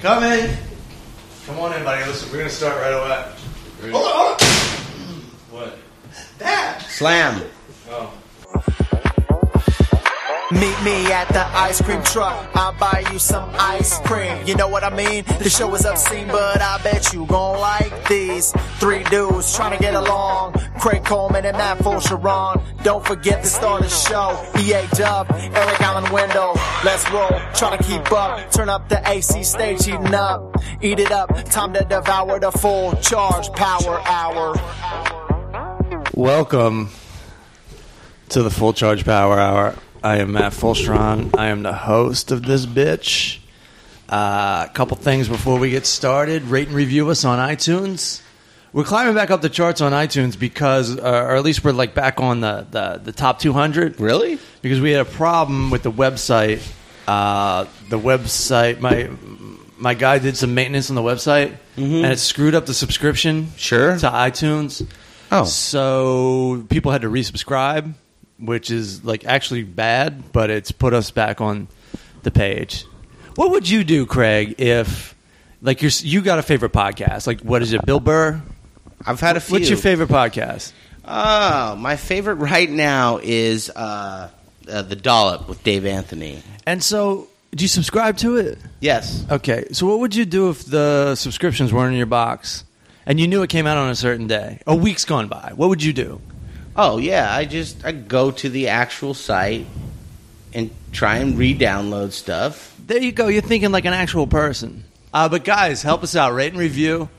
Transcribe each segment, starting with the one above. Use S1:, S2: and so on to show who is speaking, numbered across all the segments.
S1: Come in. Come on in, buddy. Listen, we're gonna start right away.
S2: Hold on, hold on.
S1: What?
S2: Dad.
S3: Slam.
S1: Oh.
S4: Meet me at the ice cream truck. I'll buy you some ice cream. You know what I mean? The show is obscene, but I bet you gon' like these three dudes trying to get along. Craig Coleman and Matt Fulcheron. Don't forget to start the show. EA Dub, Eric Allen Window. Let's roll. Try to keep up. Turn up the AC stage, heating up. Eat it up. Time to devour the full charge power hour.
S1: Welcome to the Full Charge Power Hour. I am Matt Fulstron. I am the host of this bitch. Uh, a couple things before we get started. Rate and review us on iTunes. We're climbing back up the charts on iTunes because, uh, or at least we're like back on the, the, the top 200.
S3: Really?
S1: Because we had a problem with the website. Uh, the website, my my guy did some maintenance on the website, and it screwed up the subscription.
S3: Sure.
S1: To iTunes.
S3: Oh.
S1: So people had to resubscribe, which is like actually bad, but it's put us back on the page. What would you do, Craig, if like you're, you got a favorite podcast? Like what is it, Bill Burr?
S3: I've had a few.
S1: What's your favorite podcast?
S3: Oh, my favorite right now is uh, uh, the dollop with Dave Anthony.
S1: And so, do you subscribe to it?
S3: Yes.
S1: Okay, so what would you do if the subscriptions weren't in your box and you knew it came out on a certain day? A week's gone by. What would you do?
S3: Oh yeah, I just I go to the actual site and try and re-download stuff.
S1: There you go. You're thinking like an actual person. Uh, but guys, help us out. Rate and review.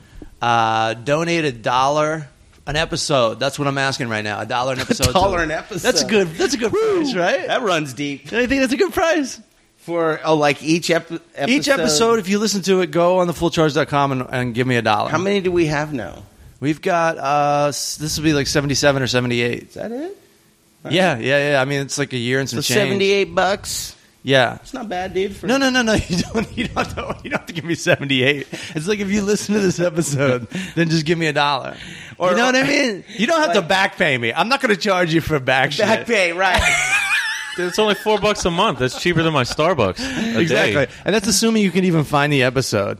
S1: Uh, donate a dollar an episode. That's what I'm asking right now. A dollar an episode.
S3: dollar an episode.
S1: That's a good. That's a good price, right?
S3: That runs deep.
S1: I think that's a good price.
S3: For oh, like each ep- episode.
S1: Each episode, if you listen to it, go on thefullcharge.com and, and give me a dollar.
S3: How many do we have now?
S1: We've got uh, s- this will be like 77 or 78.
S3: Is that it?
S1: Yeah, yeah, yeah. I mean, it's like a year and
S3: So
S1: some change.
S3: seventy-eight bucks.
S1: Yeah.
S3: It's not bad, dude. For
S1: No, no, no, no. You don't. You don't. Have to, you don't have to give me seventy-eight. It's like if you listen to this episode, then just give me a dollar.
S3: Or-
S1: you know what I mean? You don't have to
S3: Like-
S1: back pay me. I'm not going to charge you for back shit.
S3: back pay, right?
S5: Dude, it's only four bucks a month. That's cheaper than my Starbucks. A
S1: Exactly.
S5: Day.
S1: And that's assuming you can even find the episode.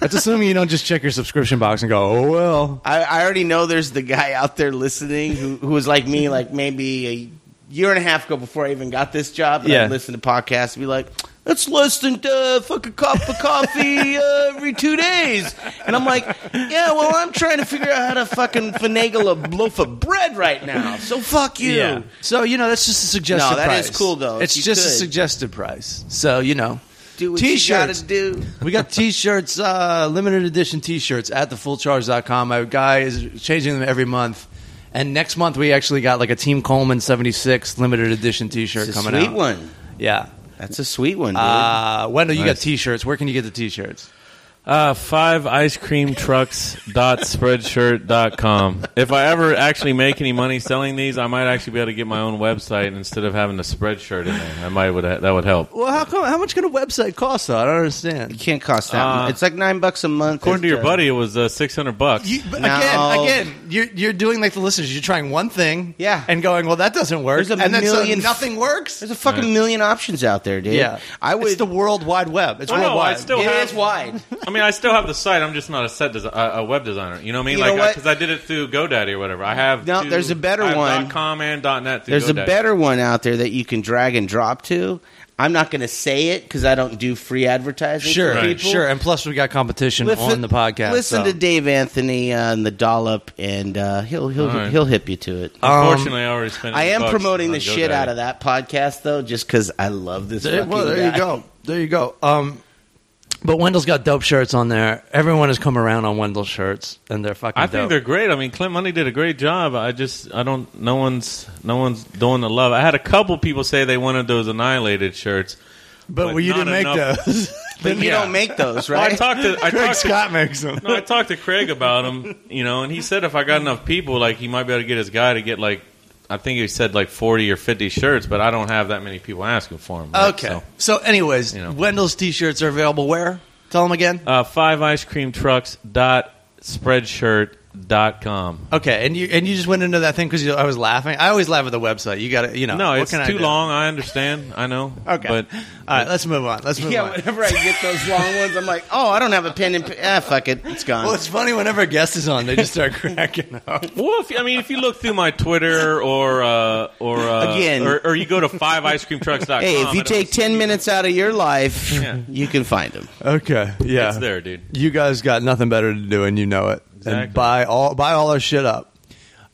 S1: That's assuming you don't just check your subscription box and go, "Oh well."
S3: I, I already know there's the guy out there listening who, who was like me, like maybe a year and a half ago before I even got this job. And
S1: Yeah.
S3: I'd listen to podcasts and be like, let's listen to fuck a uh, cup of coffee uh, every two days. And I'm like, yeah, well, I'm trying to figure out how to fucking finagle a loaf of bread right now. So fuck you.
S1: Yeah. So you know that's just a suggested.
S3: No, that
S1: price.
S3: is cool, though, if
S1: It's
S3: you
S1: just a
S3: could.
S1: suggested price. So you know,
S3: Do what
S1: T-shirts.
S3: you gotta do.
S1: We got t-shirts, uh, limited edition t-shirts at thefullcharge.com. My guy is changing them every month. And next month we actually got like a Team Coleman 76 limited edition t-shirt
S3: It's a
S1: coming
S3: sweet
S1: out.
S3: one.
S1: Yeah.
S3: That's a sweet one, dude.
S1: Uh, Wendell, you got
S5: Nice.
S1: t-shirts. Where can you get the t-shirts?
S5: Uh, five ice cream trucks dot spreadshirt dot com. If I ever actually make any money selling these, I might actually be able to get my own website and instead of having a spreadshirt in there. I might would that would help.
S1: Well, how come, how much can a website cost though? I don't
S3: it
S1: understand.
S3: can't cost that
S5: uh,
S3: much. It's like nine bucks a month.
S5: According to your
S3: It's, uh,
S5: buddy, it was uh, six hundred bucks.
S1: You, but
S3: No.
S1: Again, again, you're, you're doing like the listeners. You're trying one thing,
S3: Yeah.
S1: and going, well, that doesn't work,
S3: There's a
S1: and then so
S3: million-
S1: nothing works.
S3: There's a fucking million options out there, dude.
S1: yeah,
S3: I would.
S1: It's the World Wide Web. It's
S5: Oh, no, I
S1: worldwide.
S5: still
S3: It
S5: have-
S3: is wide.
S5: I mean, I still have the site. I'm just not a set desi- uh, a web designer. You know what I mean?
S3: You know
S5: like
S3: what?
S5: because I did it through GoDaddy or whatever. I have
S3: No,
S5: two-
S3: there's a better
S5: I have
S3: one.
S5: dot .com and dot .net. Through
S3: There's a
S5: GoDaddy.
S3: better one out there that you can drag and drop to. I'm not going to say it because I don't do free advertising.
S1: Sure,
S3: for people.
S1: sure. And plus, we got competition on the podcast.
S3: Listen
S1: so.
S3: to Dave Anthony uh, and the dollop, and uh, he'll he'll
S5: All right.
S3: he'll hip you to it.
S5: Unfortunately, I already spent.
S3: I
S5: 80
S3: am
S5: bucks
S3: promoting
S5: on
S3: the shit
S5: GoDaddy.
S3: out of that podcast though, just because I love this.
S1: There-
S3: fucking
S1: well, there
S3: guy.
S1: you go. There you go. Um, but Wendell's got dope shirts on there. Everyone has come around on Wendell's shirts, and they're fucking.
S5: I think
S1: dope.
S5: they're great. I mean, Clint Money did a great job. I just, I don't. No one's, no one's doing the love. I had a couple people say they wanted those annihilated shirts.
S1: But,
S5: but
S1: well, you
S5: not
S1: didn't make
S5: enough.
S1: those.
S3: But you
S5: Yeah.
S3: don't make those,
S5: Well,
S3: right?
S5: I talked to, I
S1: Craig
S5: talked to,
S1: Scott makes them.
S5: no, I talked to Craig about them. You know, and he said if I got enough people, like he might be able to get his guy to get like, I think he said like forty or fifty shirts. But I don't have that many people asking for them.
S1: Okay. so, anyways,
S5: You know.
S1: Wendell's t-shirts are available where? Tell them again.
S5: uh, five ice cream trucks dot spreadshirt dot com.
S1: Okay, and you and you just went into that thing because I was laughing. I always laugh at the website. You got to, you know.
S5: No,
S1: Uh, what
S5: it's
S1: can I
S5: too
S1: do?
S5: long. I understand. I know.
S1: Okay,
S5: but
S1: all right, let's move on. Let's move
S3: Yeah,
S1: on.
S3: whenever I get those long ones, I'm like, oh, I don't have a pen and pa- ah, fuck it, it's gone.
S1: Well, it's funny whenever a guest is on, they just start cracking up.
S5: well, if, I mean, if you look through my Twitter or uh, or uh,
S3: Again.
S5: or, or you go to fiveicecreamtrucks.com.
S3: hey, if you
S5: it'll-
S3: take ten minutes out of your life,
S5: Yeah.
S3: you can find them.
S1: Okay, yeah,
S5: it's there, dude.
S1: You guys got nothing better to do, and you know it.
S5: Exactly.
S1: And buy all buy all our shit up.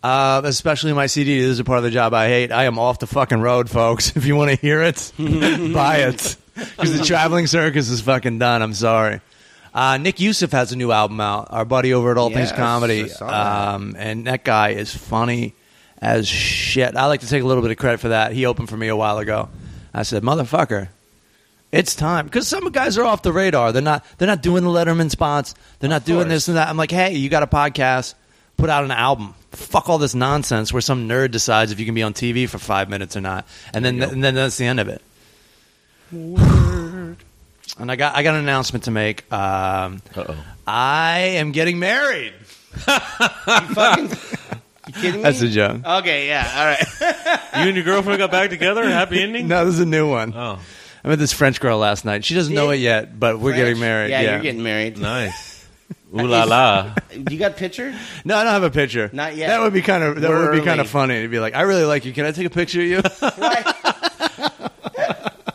S1: Uh, especially my CD. This is a part of the job I hate. I am off the fucking road, folks. If you want to hear it, buy it because the traveling circus is fucking done. I'm sorry. Uh, Nick Youssef has a new album out. Our buddy over at All
S3: Yes,
S1: Things Comedy,
S3: I saw that.
S1: um, and that guy is funny as shit. I like to take a little bit of credit for that. He opened for me a while ago. I said, "Motherfucker, it's time because some guys are off the radar. They're not. They're not doing the Letterman spots. They're not doing this and that. I'm like, hey, you got a podcast? Put out an album. Fuck all this nonsense where some nerd decides if you can be on TV for five minutes or not, and then and then that's the end of it. And I got I got an announcement to make. Um,
S5: Uh-oh.
S1: I am getting married.
S3: You kidding me?
S1: That's a joke.
S3: okay, yeah, all right.
S5: You and your girlfriend got back together. Happy ending.
S1: No, this is a new one.
S5: Oh,
S1: I met this French girl last night. She doesn't know it yet, but we're getting married.
S3: Yeah,
S1: Yeah,
S3: you're getting married.
S5: nice. Ooh la la.
S3: You got picture?
S1: No, I don't have a picture.
S3: Not yet.
S1: That would be kind of that
S3: We're
S1: would be kind
S3: early.
S1: of funny to be like, I really like you. Can I take a picture of you?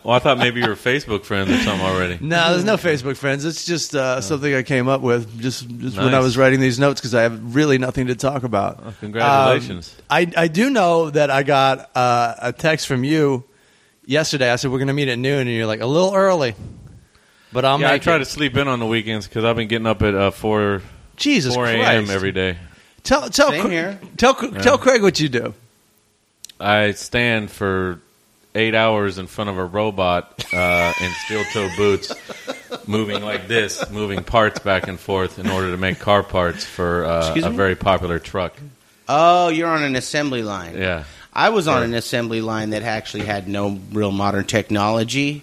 S5: Well, I thought maybe you were Facebook friends or something already.
S1: no, there's no Facebook friends. It's just uh, something I came up with just, just when I
S5: Nice.
S1: was writing these notes because I have really nothing to talk about.
S5: congratulations.
S1: Um, I I do know that I got uh, a text from you yesterday. I said we're going to meet at noon, and you're like a little early, but I'm
S5: yeah, I try to sleep in on the weekends because I've been getting up at uh, four
S1: Jesus
S5: four a.m.
S1: Christ.
S5: every day.
S1: tell tell
S3: Same
S1: Cra-
S3: here.
S1: tell Cra- tell Craig what you do.
S5: I stand for eight hours in front of a robot uh, in steel toe boots, moving like this, moving parts back and forth in order to make car parts for uh,
S3: Excuse
S5: a
S3: me?
S5: very popular truck.
S3: Oh, you're on an assembly line.
S5: Yeah.
S3: I was on an assembly line that actually had no real modern technology,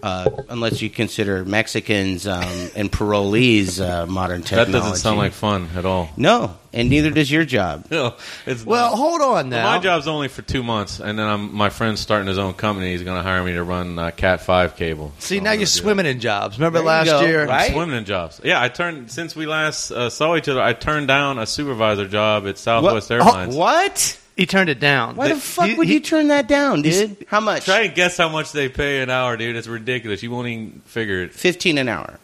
S3: uh, unless you consider Mexicans um, and parolees uh, modern
S5: That
S3: technology.
S5: doesn't sound like fun at all.
S3: no, and neither does your job.
S5: No, it's
S1: Well,
S5: not.
S1: hold on now.
S5: my job's only for two months, and then I'm, my friend's starting his own company. He's going to hire me to run uh, Cat Five cable.
S1: See,
S5: So
S1: now you're
S5: I'm gonna do that.
S1: swimming in jobs. Remember
S3: There you
S1: last
S3: go,
S1: year?
S3: right?
S5: I'm swimming in jobs. Yeah, I turned since we last uh, saw each other. I turned down a supervisor job at Southwest
S1: Oh,
S5: Airlines.
S3: What?
S1: He turned it down.
S3: Why the, fuck would you turn that down, dude? How much?
S5: Try and guess how much they pay an hour, dude. It's ridiculous. You won't even figure it.
S3: Fifteen an hour,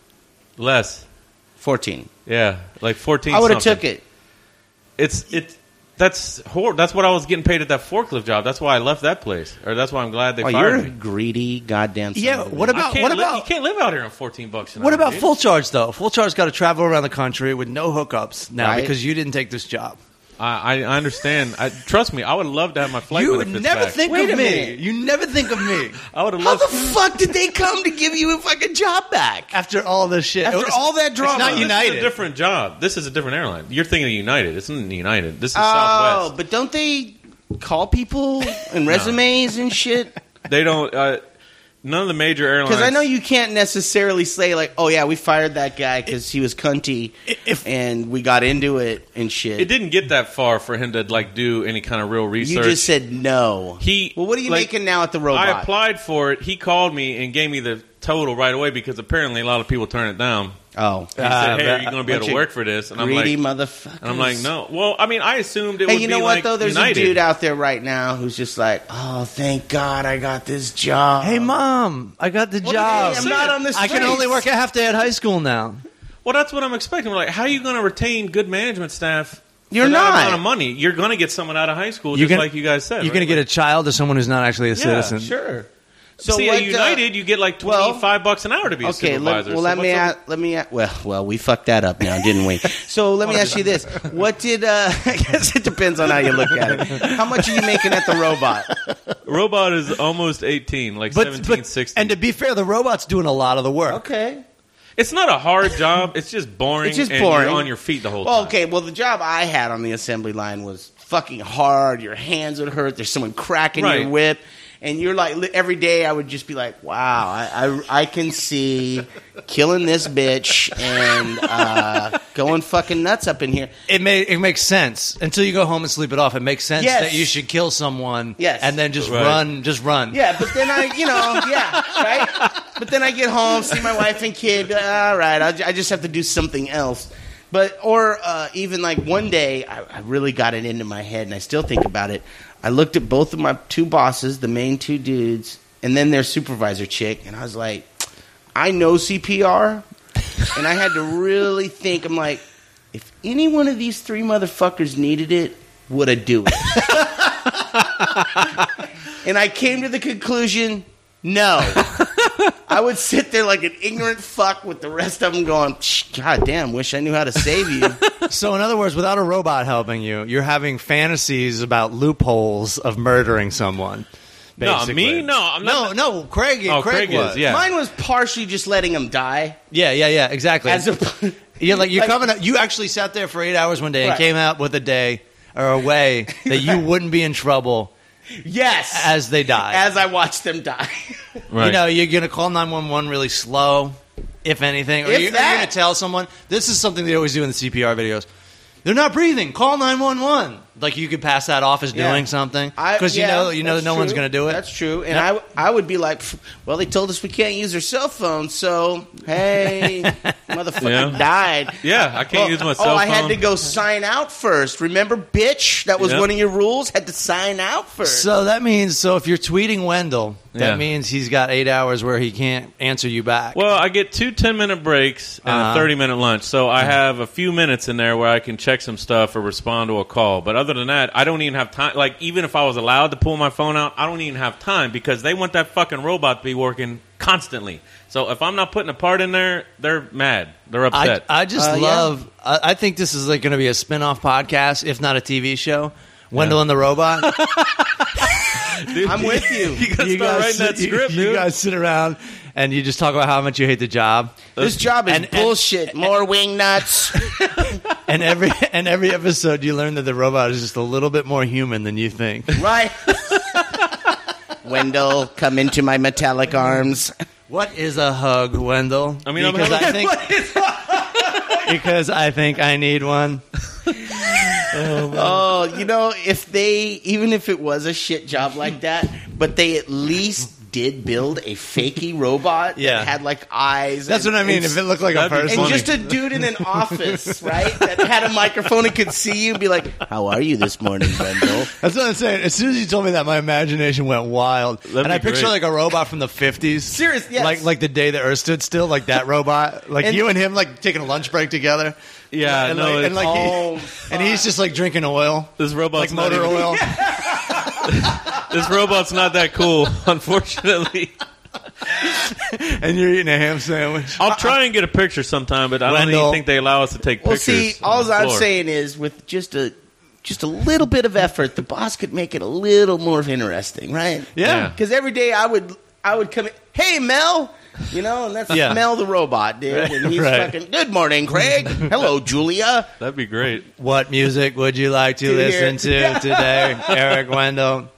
S5: Less.
S3: fourteen.
S5: Yeah, like fourteen.
S3: I would have
S5: something.
S3: took it.
S5: It's it. That's hor- That's what I was getting paid at that forklift job. That's why I left that place, or that's why I'm glad they
S3: Oh, you're
S5: fired
S3: a
S5: me.
S3: greedy goddamn. son
S1: Yeah,
S3: of a
S1: what
S3: bitch.
S5: I
S1: about
S5: can't
S1: what
S5: li-
S1: about
S5: you can't live out here on fourteen bucks an
S1: what
S5: hour.
S1: about
S5: dude.
S1: full charge though? Full charge got to travel around the country with no hookups now
S3: Right.
S1: because you didn't take this job.
S5: I, I I understand. I, trust me, I would love to have my flight.
S1: you would
S5: benefits
S1: never
S5: back.
S1: think
S3: Wait a
S1: of me.
S3: minute.
S1: You never think of me
S5: I would have
S3: How
S5: loved.
S3: the fuck did they come to give you a fucking job back?
S1: after all this shit.
S3: After all that drama.
S1: it's not
S5: This is
S1: United.
S5: a different job. This is a different airline. You're thinking of United. It's not United. This is
S3: Oh,
S5: Southwest.
S3: but don't they call people and resumes and shit?
S5: They don't. Uh, none of the major airlines.
S3: Because I know you can't necessarily say like, "Oh yeah, we fired that guy because he was cunty
S1: if-
S3: and we got into it and shit."
S5: It didn't get that far for him to like do any kind of real
S3: you
S5: research.
S3: just said no.
S5: He-
S3: well, what are you
S5: like,
S3: making now at the robot?
S5: I applied for it. He called me and gave me the total right away because apparently a lot of people turn it down.
S3: Oh,
S5: He said, "Hey,
S1: that-
S5: are you going to be able
S3: bunch
S5: to
S3: of
S5: work for this?" And I'm like,
S3: greedy
S5: and
S3: motherfuckers.
S5: I'm like, no. Well, I mean, I assumed it
S3: Hey,
S5: would
S3: you know
S5: be
S3: what
S5: like
S3: though? There's
S5: United.
S3: a dude out there right now who's just like, "Oh, thank God I got this job."
S1: Hey mom, I got the
S3: What do you mean?
S1: job.
S3: I'm not on the
S1: I can
S3: streets.
S1: only work a half day at high school now.
S5: well, that's what I'm expecting. We're like, how are you going to retain good management staff?
S3: You're
S5: for that
S3: not.
S5: amount of money. You're going to get someone out of high school,
S1: You're
S5: just
S1: gonna-
S5: like you guys said.
S1: You're going to get a child to someone who's not actually a
S5: yeah,
S1: citizen.
S5: sure.
S3: So
S5: See,
S3: what,
S5: at
S3: uh,
S5: United, you get like
S3: well-
S5: 25 bucks an hour to be a
S3: Okay, let,
S5: supervisor.
S3: well,
S5: So
S3: let me
S5: what's up-
S3: ask, let me ask, well, well, we fucked that up now, didn't we? So let me ask you this: What did? Uh, I guess it depends on how you look at it. How much are you making at the robot?
S5: Robot is almost 18, like
S1: But,
S5: seventeen,
S1: but
S5: sixteen.
S1: and to be fair, the robot's doing a lot of the work.
S3: Okay.
S5: it's not a hard job. It's just boring.
S3: It's just
S5: and
S3: boring.
S5: You're on your feet the whole
S3: Well,
S5: time.
S3: okay. Well, the job I had on the assembly line was fucking hard. Your hands would hurt. There's someone cracking
S5: Right.
S3: your whip. And you're like li- every day, I would just be like, wow, I I, I can see killing this bitch and uh, going fucking nuts up in here.
S1: It may it makes sense until you go home and sleep it off. It makes sense
S3: Yes.
S1: that you should kill someone,
S3: Yes.
S1: and then just
S5: Right.
S1: run, just run.
S3: Yeah, but then I, you know, yeah, right. But then I get home, see my wife and kid. Be like, All right, I'll, ju- I just have to do something else. But or uh, even like one day, I, I really got it into my head, and I still think about it. I looked at both of my two bosses, the main two dudes, and then their supervisor chick, and I was like, I know CPR, and I had to really think. I'm like, if any one of these three motherfuckers needed it, would I do it? and I came to the conclusion, no. I would sit there like an ignorant fuck with the rest of them going, "Psh, God damn, wish I knew how to save you.
S1: So in other words, without a robot helping you, you're having fantasies about loopholes of murdering someone.
S5: No,
S1: Basically.
S5: me? No, I'm
S1: no,
S5: not.
S1: no. Craig,
S5: Oh,
S1: Craig,
S5: Craig is,
S1: was.
S5: yeah.
S3: Mine was partially just letting them die.
S1: yeah, yeah, yeah. Exactly.
S3: As a,
S1: You're like you're
S3: Like-
S1: coming. Up, you actually sat there for eight hours one day and
S3: Right.
S1: came out with a day or a way that you wouldn't be in trouble
S3: yes, as,
S1: as they died.
S3: I watched them die.
S5: Right.
S1: You know, you're going to call 911 really slow, if anything, or
S3: If
S1: you're,
S3: that.
S1: going to tell someone. This is something they always do in the CPR videos. They're not breathing. Call 911. Like you could pass that off as
S3: Yeah.
S1: doing something
S3: I-
S1: because
S3: yeah,
S1: you know you know
S3: that's
S1: no one's
S3: true.
S1: going to do it.
S3: That's true. And I, w- I would be like, "Pff, well, they told us we can't use our cell phone, so hey, motherfucker
S5: Yeah.
S3: died.
S5: Yeah, I can't
S3: Oh,
S5: use my
S3: oh,
S5: cell phone.
S3: I had to go sign out first. Remember, bitch? That was
S5: Yep.
S3: one of your rules. Had to sign out first.
S1: So that means so if you're tweeting Wendell, that
S5: Yeah.
S1: means he's got eight hours where he can't answer you back.
S5: Well, I get two 10 minute breaks and
S1: Uh-huh.
S5: a 30 minute lunch. So I have a few minutes in there where I can check some stuff or respond to a call. But other than that, I don't even have time. Like, even if I was allowed to pull my phone out, I don't even have time because they want that fucking robot to be working constantly. So if I'm not putting a part in there, they're mad. They're
S1: I,
S5: upset.
S1: I just
S3: Uh, yeah.
S1: love. I, I think this is like going to be a spin-off podcast, if not a TV show. Wendell and the Robot.
S5: Dude,
S3: I'm with you.
S5: You gotta start writing
S1: sit-
S5: that script,
S1: you, you
S5: dude.
S1: guys sit around and you just talk about how much you hate the job.
S3: This job is
S1: And- and-
S3: bullshit. More wing nuts.
S1: And every and every episode, you learn that the robot is just a little bit more human than you think.
S3: right. Wendell, come into my metallic arms.
S1: What is a hug, Wendell?
S5: I mean, I'm
S1: because
S5: having-
S1: I think because I think I need one.
S3: Oh, you know, if they, even if it was a shit job like that, but they at least did build a fakey robot
S1: Yeah.
S3: that had like eyes.
S1: That's
S3: and-
S1: what I mean.
S3: and
S1: If it looked like a
S5: That'd be
S1: person,
S3: And
S5: Funny.
S3: just a dude in an office, right? That had a microphone and could see you and be like, How are you this morning, Wendell?
S1: that's what I'm saying. As soon as you told me that, my imagination went wild,
S5: That'd
S1: and I
S5: be
S1: picture like
S5: great.
S1: a robot from the 50s.
S3: Serious, yes.
S1: Like like the day the Earth stood still, like that robot, like
S3: And-
S1: you and him, like taking a lunch break together.
S5: Yeah,
S1: and
S5: no,
S1: like,
S5: it-
S1: and, like he-
S3: Oh,
S1: and he's just like drinking oil.
S5: this robot's
S1: like motor
S5: not even-
S1: oil.
S5: This robot's not that cool, unfortunately.
S1: and you're eating a ham sandwich.
S5: I'll try and get a picture sometime, but I don't
S1: Wendell.
S5: even think they allow us to take
S3: Well,
S5: pictures.
S3: see,
S5: on
S3: all
S5: the
S3: I'm
S5: floor.
S3: saying is with just a just a little bit of effort, the boss could make it a little more interesting, right?
S1: Yeah.
S3: Because every day I would I would come in, hey Mel, you know, and that's
S1: Yeah.
S3: Mel the robot, dude, and he's
S1: Right.
S3: fucking good morning, Craig. Hello, Julia.
S5: That'd be great.
S1: What music would you like to
S3: To hear.
S1: listen to today, Eric Wendell?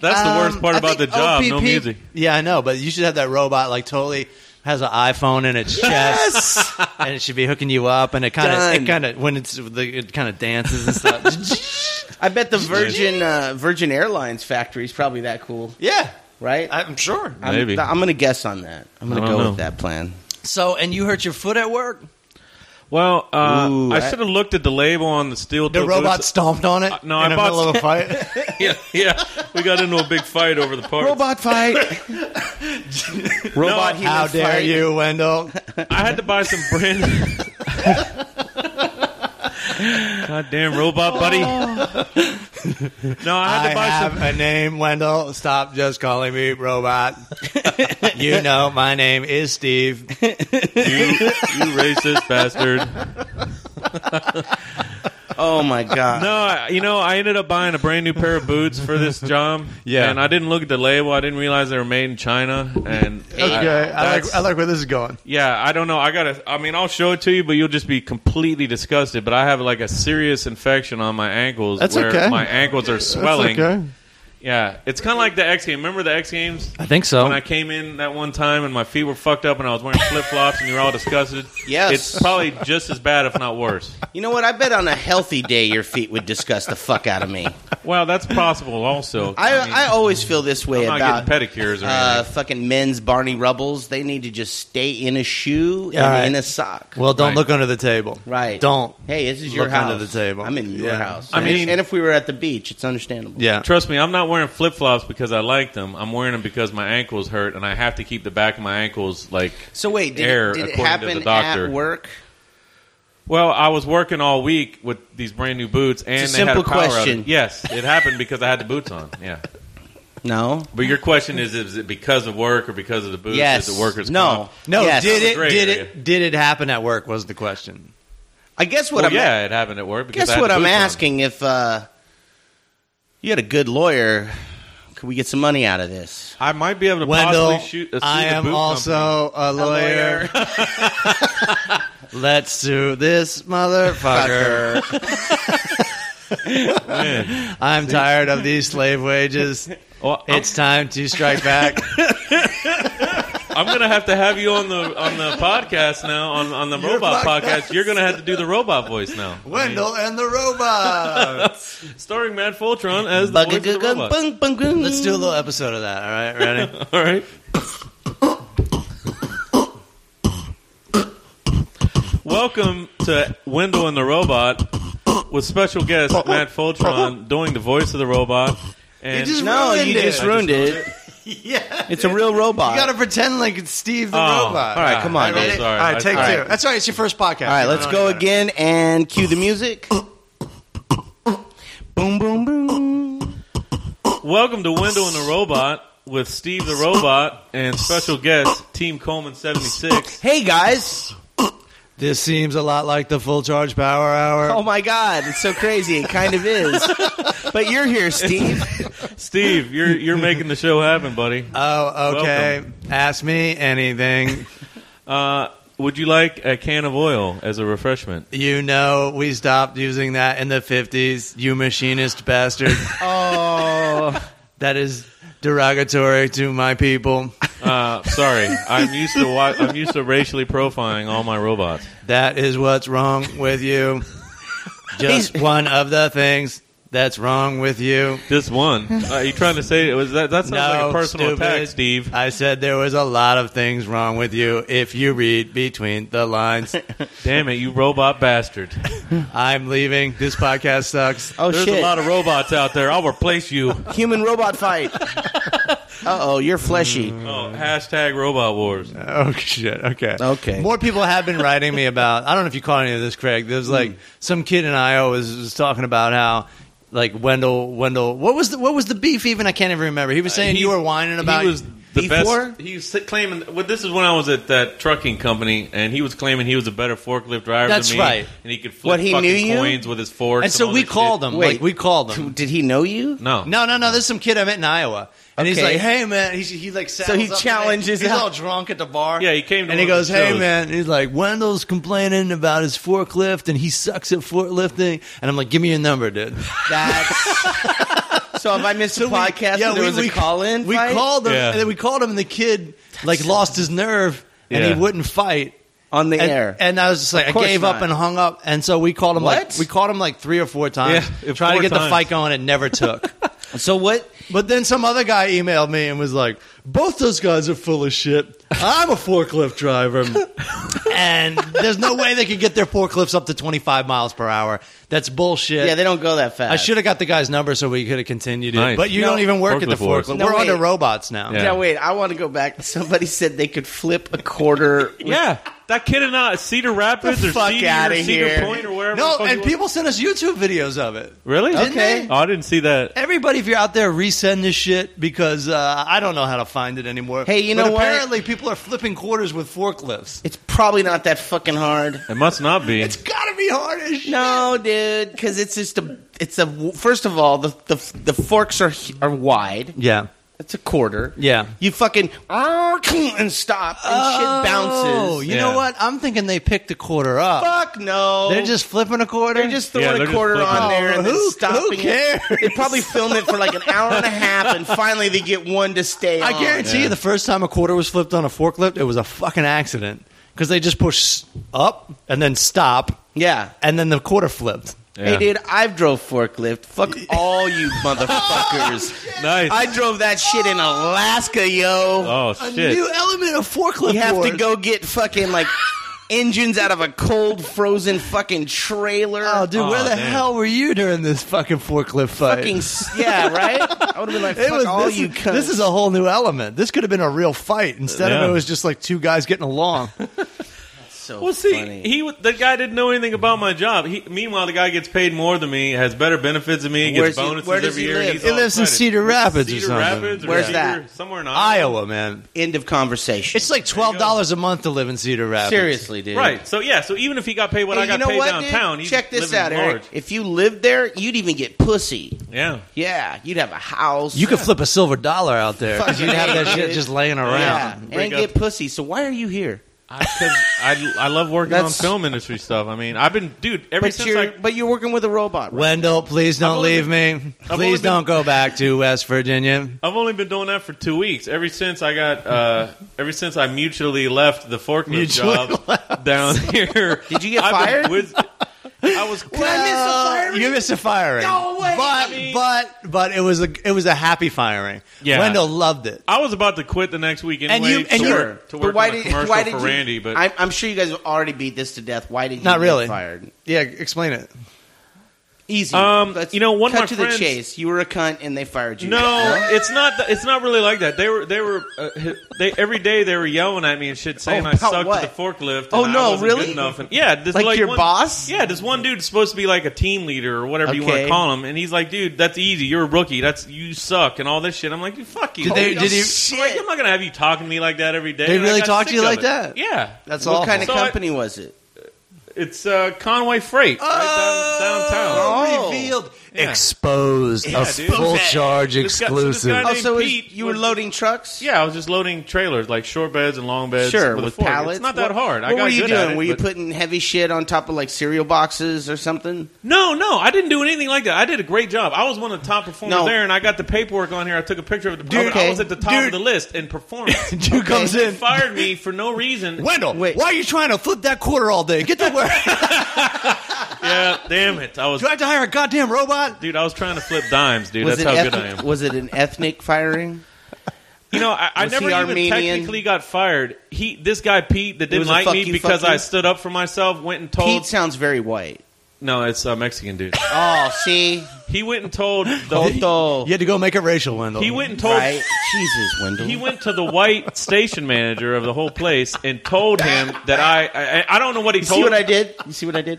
S5: That's the worst
S1: Um,
S5: part
S1: I
S5: about the
S1: think
S5: job. No
S1: OPP
S5: music.
S1: Yeah, I know, but you should have that robot like totally has an iPhone in its chest, and it should be hooking you up, and it kind of
S3: Done.
S1: it kind of when it's the, it kind of dances and stuff.
S3: I bet the Virgin uh, Virgin Airlines factory is probably that cool,
S1: yeah,
S3: right?
S1: I'm sure.
S3: I'm-
S5: Maybe.
S3: I'm, gonna guess on that. I'm gonna
S5: I
S3: go
S5: don't
S3: with
S5: know.
S3: that plan.
S1: So, and you hurt your foot at work.
S5: Well, uh,
S3: Ooh,
S5: I
S3: I-
S5: should have looked at the label on the steel
S1: The
S5: toe
S1: robot
S5: boots.
S1: stomped on it.
S5: Uh, no,
S1: in
S5: I
S1: the
S5: bought-
S1: middle of a fight.
S5: yeah, yeah, we got into a big fight over the parts.
S3: Robot fight. Robot
S5: No,
S3: human
S1: How dare
S3: fight.
S1: you, Wendell?
S5: I had to buy some brand. Goddamn robot buddy! No, I had
S1: Oh. I
S5: to buy
S1: have
S5: some.
S1: a name, Wendell. Stop just calling me robot. you know my name is Steve.
S5: You, you racist bastard!
S3: Oh my god.
S5: No, I, you know, I ended up buying a brand new pair of boots for this job.
S1: Yeah.
S5: and I didn't look at the label. I didn't realize they were made in China. And okay,
S1: Okay, I like, I like where this is going.
S5: Yeah, I don't know. I gotta. I mean, I'll show it to you, but you'll just be completely disgusted. But I have like a serious infection on my ankles.
S1: That's
S5: where
S1: okay.
S5: My ankles are swelling. Yeah, it's kind of like the X game. Remember the X Games?
S1: I think so.
S5: When I came in that one time and my feet were fucked up and I was wearing flip flops and you were all disgusted.
S3: Yes.
S5: It's probably just as bad, if not worse.
S3: You know what? I bet on a healthy day your feet would disgust the fuck out of me.
S5: Well, that's possible also.
S3: I,
S5: mean,
S3: I always feel this way
S5: I'm
S3: about
S5: not getting pedicures or anything.
S3: uh, fucking men's Barney Rubbles. They need to just stay in a shoe and
S1: Yeah, right.
S3: in a sock.
S1: well, don't
S5: Right.
S1: look under the table.
S3: Right.
S1: Don't.
S3: Hey, this is your
S1: Look
S3: house.
S1: under the table.
S3: I'm in your
S1: Yeah.
S3: house.
S5: I
S3: And if-
S5: mean-
S3: and if we were at the beach, it's understandable.
S1: Yeah.
S5: Trust me, I'm not wearing flip flops because I like them. I'm wearing them because my ankles hurt and I have to keep the back of my ankles like.
S3: So wait, did,
S5: Air,
S3: it, did it
S5: according to the
S3: happen
S5: doctor.
S3: at work?
S5: Well, I was working all week with these brand new boots and
S3: It's a
S5: they had a
S3: simple
S5: power outage.
S3: question.
S5: Yes, it happened because I had the boots on. Yeah.
S3: No.
S5: But your question is is it because of work or because of the boots?
S3: yes.
S5: Is it workers'
S3: no.
S5: comp?
S1: No,
S3: Yes.
S1: did it?
S5: Gray
S1: Did
S5: area.
S1: it? Did it happen at work? Was the question.
S3: I guess what
S5: Well,
S3: I'm.
S5: yeah, it happened at work. Because I
S3: Guess
S5: had
S3: what
S5: the
S3: I'm
S5: boots on.
S3: asking? If uh, you had a good lawyer, could we get some money out of this?
S5: I might be able to
S1: Wendell,
S5: possibly shoot. uh, sue
S1: I
S5: the
S1: am
S5: boot company.
S1: also a lawyer. Let's sue this motherfucker. I'm tired of these slave wages.
S5: Well, I'm,
S1: It's time to strike back.
S5: I'm gonna have to have you on the on the podcast now on on the robot podcast. You're gonna have to do the robot voice now. I mean,
S1: Wendell and the robot.
S5: starring Matt Foltron as the voice of the robot.
S1: Let's
S3: Let's
S1: do a little episode of that. All right, ready?
S5: All right. Welcome to Wendell and the Robot with special guest Matt Foltron doing the voice of the robot. And
S1: just
S3: No,
S1: ruined
S3: you
S1: it.
S3: just
S1: I just
S3: ruined it.
S1: yeah.
S3: It's a real robot.
S1: You got to pretend like it's Steve the
S5: Oh,
S1: robot.
S5: all right,
S3: come on,
S1: All right,
S3: dude.
S5: Sorry,
S1: all right
S5: I-
S1: take
S5: all
S1: two.
S5: right.
S1: That's all right. It's your first podcast.
S3: All right, let's go again and cue the music. boom, boom, boom.
S5: Welcome to Wendell and the Robot with Steve the Robot and special guest Team Coleman 76.
S3: Hey guys!
S1: This seems a lot like the full charge power hour.
S3: Oh my God, it's so crazy. It kind of is. But you're here, Steve.
S5: Steve, you're you're making the show happen, buddy.
S1: Oh, okay. Ask me anything.
S5: Uh, would you like a can of oil as a refreshment?
S1: you know, we stopped using that in the 50s, you machinist bastard. oh. That is derogatory to my people.
S5: Uh, sorry, I'm used to wa- I'm used to racially profiling all my robots.
S1: That is what's wrong with you. Just one of the things that's wrong with you.
S5: This one, uh, you trying to say it was that? That sounds like a personal
S1: stupid.
S5: attack, Steve.
S1: I said there was a lot of things wrong with you if you read between the lines.
S5: Damn it, you robot bastard!
S1: I'm leaving. This podcast sucks.
S3: Oh
S5: There's
S3: shit!
S5: a lot of robots out there. I'll replace you.
S3: Human robot fight. uh oh, you're fleshy.
S5: Oh, hashtag robot wars.
S1: Oh shit. Okay.
S3: Okay.
S1: More people have been writing me about. I don't know if you caught any of this, Craig.
S3: Hmm.
S1: There's like some kid in Iowa was, was talking about how. Like Wendell, Wendell, what was the what was the beef? Even I can't even remember. Uh, He was saying
S5: he-
S1: you were whining about.
S5: he was the
S1: beef
S5: best.
S1: war?
S5: He was claiming. Well, this is when I was at that trucking company, and he was claiming he was a better forklift driver
S1: That's
S5: than me.
S1: right.
S5: And he could flip
S3: What, he
S5: fucking
S3: knew you?
S5: coins with his fork.
S1: And so we called him.
S3: Wait.
S1: like we called him.
S3: Did he know you?
S5: No,
S1: No, no, no. There's some kid I met in Iowa, and he's
S3: Okay.
S1: like, "Hey, man," he's, he like saddles
S3: he
S1: up to me.
S3: challenges
S1: He's
S3: out-
S1: all drunk at the bar.
S5: Yeah, he came to
S1: and he
S5: one of
S1: goes,
S5: the
S1: "Hey,
S5: shows."
S1: man," he's like, "Wendell's complaining about his forklift, and he sucks at forklifting." And I'm like, "Give me your number, dude."
S3: That's so. If I missed the podcast, and there was a call in.
S1: We called him,
S5: Yeah.
S1: and then we called him, and the kid like lost his nerve, and
S5: Yeah.
S1: he wouldn't fight.
S3: on the
S1: And,
S3: air.
S1: and I was just like, I
S3: course
S1: gave up
S3: not.
S1: and hung up. And so we called him
S3: What?
S1: like we called him like three or four times,
S5: Yeah, if
S1: trying to
S5: four
S1: get the
S5: times.
S1: fight going. It never took.
S3: so what?
S1: But then some other guy emailed me and was like, "Both those guys are full of shit. I'm a forklift driver, and there's no way they could get their forklifts up to 25 miles per hour. That's bullshit."
S3: Yeah, they don't go that fast.
S1: I should have got the guy's number so we could have continued it.
S5: Nice.
S1: But you
S3: No.
S1: don't even work at the
S5: Forklift wars.
S1: forklift.
S3: No,
S1: We're
S3: wait.
S1: under robots now.
S5: Yeah.
S3: Now wait, I want to go back. Somebody said they could flip a quarter.
S5: Yeah, that kid in uh, Cedar Rapids
S3: The
S5: or
S3: fuck
S5: Cedar,
S3: outta
S5: Cedar
S3: here.
S5: Point or wherever. the
S1: No,
S5: fuck
S1: and
S5: he was.
S1: people sent us YouTube videos of it.
S5: really
S1: Didn't
S3: Okay.
S1: they?
S5: Oh, I didn't see that.
S1: Everybody, if you're out there, resend this shit because uh, I don't know how to find it anymore.
S3: Hey, you
S1: But
S3: know what?
S1: Apparently, people are flipping quarters with forklifts.
S3: It's probably not that fucking hard.
S5: It must not be.
S1: It's gotta be hard as shit.
S3: No, dude, because it's just a. It's a. First of all, the the, the forks are are wide.
S1: Yeah.
S3: It's a quarter.
S1: Yeah.
S3: You fucking and stop and shit
S1: Oh,
S3: bounces.
S1: you know
S5: Yeah.
S1: what? I'm thinking they picked a quarter up.
S3: Fuck no.
S1: They're just flipping a quarter.
S3: They're just
S5: Yeah,
S3: throwing
S5: they're
S3: a
S5: just
S3: quarter on
S5: flipping.
S3: there and
S1: Who-
S3: then
S1: who
S3: stopping
S1: cares?
S3: it. They probably filmed it for like an hour and a half, and finally they get one to stay.
S1: I
S3: on.
S1: guarantee you, the first time a quarter was flipped on a forklift, it was a fucking accident because they just pushed up and then stop,
S3: Yeah.
S1: and then the quarter flipped.
S5: Yeah.
S3: Hey, dude, I've drove forklift. Fuck all you motherfuckers.
S5: Nice.
S3: I drove that shit in Alaska, yo.
S5: oh
S1: A
S5: shit.
S1: new element of forklift.
S3: you have to
S1: wars.
S3: go get fucking like engines out of a cold, frozen fucking trailer.
S1: Oh, dude, where
S5: Aw,
S1: the
S5: man.
S1: hell were you during this fucking forklift fight?
S3: Fucking s- yeah, right? I would have been like, fuck all
S1: this,
S3: you
S1: is,
S3: cunts.
S1: this is a whole new element. This could have been a real fight instead
S5: Yeah.
S1: of it was just like two guys getting along.
S3: so
S5: Well, see,
S3: funny.
S5: he w- the guy didn't know anything about my job. He, meanwhile, the guy gets paid more than me, has better benefits than me,
S3: Where's
S5: gets
S3: he-
S5: bonuses
S3: where does
S5: every
S3: he
S5: year.
S3: live?
S5: and he's
S1: He
S5: all
S1: lives in
S5: excited.
S1: Cedar Rapids or
S5: Cedar
S1: something.
S5: Rapids or
S3: Where's
S5: Cedar-
S3: that?
S5: Somewhere in Iowa.
S1: Iowa, man.
S3: End of conversation.
S1: It's like twelve dollars a month to live in Cedar Rapids.
S3: seriously, dude.
S5: Right. So yeah. So even if he got paid what
S3: Hey,
S5: I got
S3: you know
S5: paid
S3: what,
S5: downtown,
S3: dude?
S5: he's
S3: Check this
S5: living
S3: out, Eric.
S5: large.
S3: If you lived there, you'd even get pussy.
S5: Yeah.
S3: Yeah, you'd have a house.
S1: You could flip a silver dollar out there because
S3: Fucking
S1: you'd have that
S3: A,
S1: shit
S3: dude.
S1: just laying around.
S3: yeah, and
S5: Break
S3: get
S5: up.
S3: pussy. So why are you here?
S5: I, 'cause I, I love working on
S3: That's-
S5: film industry stuff. I mean, I've been dude ever
S3: But
S5: since
S3: you're
S5: I
S3: but you're working with a robot. Right?
S1: Wendell, please don't
S5: only
S1: leave me.
S5: only
S1: Please
S5: been-
S1: don't go back to West Virginia.
S5: I've only been doing that for two weeks. Ever since I got, uh, ever since I mutually left the forklift
S1: Mutually
S5: job down here.
S3: Did you get
S5: I've
S3: fired?
S5: been whiz- I was.
S1: Well, You missed a firing.
S3: No way.
S1: But
S5: I mean-
S1: but but it was a it was a happy firing.
S5: Yeah.
S1: Wendell loved it.
S5: I was about to quit the next week anyway.
S1: you- and
S5: to
S1: you-
S5: work, to
S3: But
S5: work
S3: why
S5: on a
S3: did-
S5: commercial
S3: why did
S5: for
S3: you-
S5: Randy, but
S3: I'm, I'm sure you guys have already beat this to death. Why did you
S1: Not
S3: get
S1: really.
S3: fired?
S1: Yeah, explain it.
S3: Easy.
S5: Um, you know, one of
S3: cut
S5: my
S3: to the
S5: friends-
S3: chase. You were a cunt, and they fired you.
S5: No, it's not. th- It's not really like that. They were. They were. Uh, they every day they were yelling at me and shit, saying
S3: Oh,
S5: I
S3: about
S5: sucked
S3: what?
S5: at the forklift.
S3: Oh,
S5: and I
S3: no,
S5: wasn't good
S3: really?
S5: enough. And, yeah, this,
S3: Like your
S5: one-
S3: boss?
S5: Yeah, this one dude's supposed to be like a team leader or whatever you want to
S3: Okay.
S5: call him, and he's like, "Dude, that's easy. You're a rookie. That's you suck and all this shit." I'm like, "You fuck you."
S1: Did they-
S5: I'm
S1: did he-
S5: Like, I'm not gonna have you talking to me like that every day.
S1: They
S5: and I
S1: really
S5: got
S1: talked to
S5: sick
S1: you
S5: of
S1: like
S5: it.
S1: that?
S5: Yeah,
S1: That's
S3: what
S1: all.
S3: kind of
S5: So I-
S3: company was it?
S5: it's uh, Conway Freight right down, downtown.
S3: Oh.
S1: revealed, exposed, a
S5: dude.
S1: full
S5: Exposed.
S1: charge
S5: This guy- so this
S1: exclusive.
S5: guy-
S3: Oh,
S5: named
S3: so it was-
S5: Pete
S3: you were
S5: was-
S3: loading trucks.
S5: Yeah, I was just loading trailers, like shore beds and long beds.
S3: Sure,
S5: with, a
S3: with
S5: fork.
S3: pallets.
S5: It's not that
S3: What-
S5: hard. I
S3: what
S5: got
S3: were you
S5: good
S3: doing?
S5: at it,
S3: were you
S5: but-
S3: putting heavy shit on top of like cereal boxes or something?
S5: No, no, I didn't do anything like that. I did a great job. I was one of the top performers
S3: No.
S5: there, and I got the paperwork on here. I took a picture of the. I, was- I
S3: okay.
S5: was at the top of the list in performance.
S1: Dude comes
S5: They
S1: in.
S5: fired me for no reason.
S1: Uh, Wendell,
S3: Wait.
S1: why are you trying to flip that quarter all day? Get to work.
S5: yeah, damn it! I was,
S1: Do I have to hire a goddamn robot?
S5: dude. I was trying to flip dimes, dude.
S3: Was
S5: That's
S3: it
S5: how
S3: ethnic,
S5: good I am.
S3: Was it an ethnic firing?
S5: You know, I, I
S3: Was
S5: never
S3: he
S5: even
S3: Armenian?
S5: technically got fired. He, this guy Pete, that didn't
S3: was a
S5: like
S3: fuck
S5: me
S3: you,
S5: because
S3: fuck you?
S5: I stood up for myself, went and told.
S3: Pete sounds very white.
S5: no, it's a Mexican dude.
S3: Oh, see,
S5: He went and told the.
S3: Toto.
S1: You had to go make it racial, Wendell.
S5: He went and told
S3: Right? Jesus, Wendell.
S5: He went to the white station manager of the whole place and told him that I I, I don't know what he
S3: You
S5: told
S3: see what I did? You see what I did?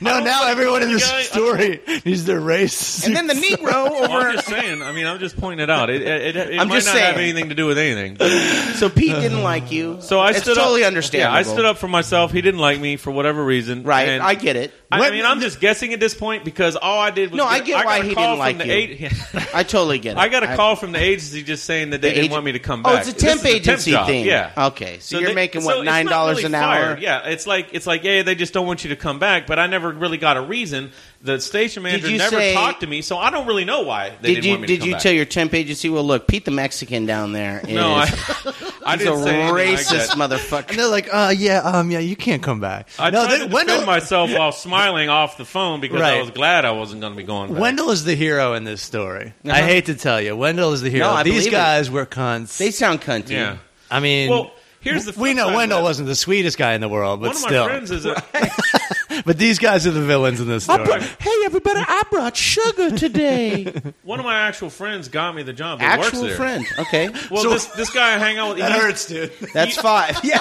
S1: No, now everyone in this
S5: guy-
S1: story needs their race.
S3: And then the Negro
S5: Well,
S3: over.
S5: I'm just saying. I mean, I'm just pointing it out. It, it, it, it
S3: I'm
S5: might
S3: just
S5: not have
S3: saying.
S5: anything to do with anything.
S3: So Pete didn't like you.
S5: So I
S3: it's
S5: stood
S3: totally
S5: up.
S3: understandable.
S5: Yeah, I stood up for myself. He didn't like me for whatever reason.
S3: Right,
S5: and
S3: I get it.
S5: I, I
S1: What-
S5: mean, I'm just guessing at this point because all I did was
S3: No, I get
S5: got
S3: why
S5: a
S3: he
S5: call
S3: didn't
S5: from
S3: like
S5: the
S3: you.
S5: ag-
S3: I totally get it.
S5: I got a call from the agency just saying that they
S3: The
S5: didn't
S3: agent-
S5: want me to come
S3: Oh,
S5: back.
S3: it's a
S5: This is
S3: temp agency
S5: job.
S3: thing.
S5: Yeah.
S3: Okay, so, you're
S5: they-
S3: making
S5: so
S3: what
S5: it's not
S3: nine dollars
S5: really
S3: an hour?
S5: fired. Yeah, it's like it's like, hey, they just don't want you to come back. But I never really got a reason. The station manager
S3: you
S5: never
S3: say-
S5: talked to me, so I don't really know why
S3: Did
S5: they didn't
S3: you
S5: want me to
S3: did
S5: come
S3: you
S5: back.
S3: tell your temp agency? Well, look, Pete the Mexican down there is
S5: no, I, I
S3: he's a
S5: didn't say anything like
S3: racist
S5: that.
S1: And
S3: motherfucker.
S1: they're like, uh, yeah, um, yeah, you can't come back.
S5: I
S1: no,
S5: tried
S1: they-
S5: to
S1: Wendell,
S5: defend myself while smiling off the phone because I
S1: Right.
S5: was glad I wasn't going to be going back.
S1: Wendell is the hero in this story. I
S3: Uh-huh.
S1: hate to tell you, Wendell is the hero.
S3: No, I
S1: These
S3: believe it.
S1: guys were cunts.
S3: They sound cunty.
S5: yeah.
S1: I mean,
S5: Well, here's the
S1: we
S5: flip
S1: know
S5: side of
S1: Wendell
S5: that.
S1: wasn't the sweetest guy in the world, but
S5: One of my
S1: still.
S5: friends is a,
S1: But these guys are the villains in this story.
S3: Hey, everybody! I brought sugar today.
S5: one of my actual friends got me the job. that works
S3: Actual
S5: there.
S3: friend. Okay,
S5: Well,
S1: So-
S5: this this guy I hang out with.
S1: That
S5: he-
S1: hurts, dude.
S3: that's five. Yeah,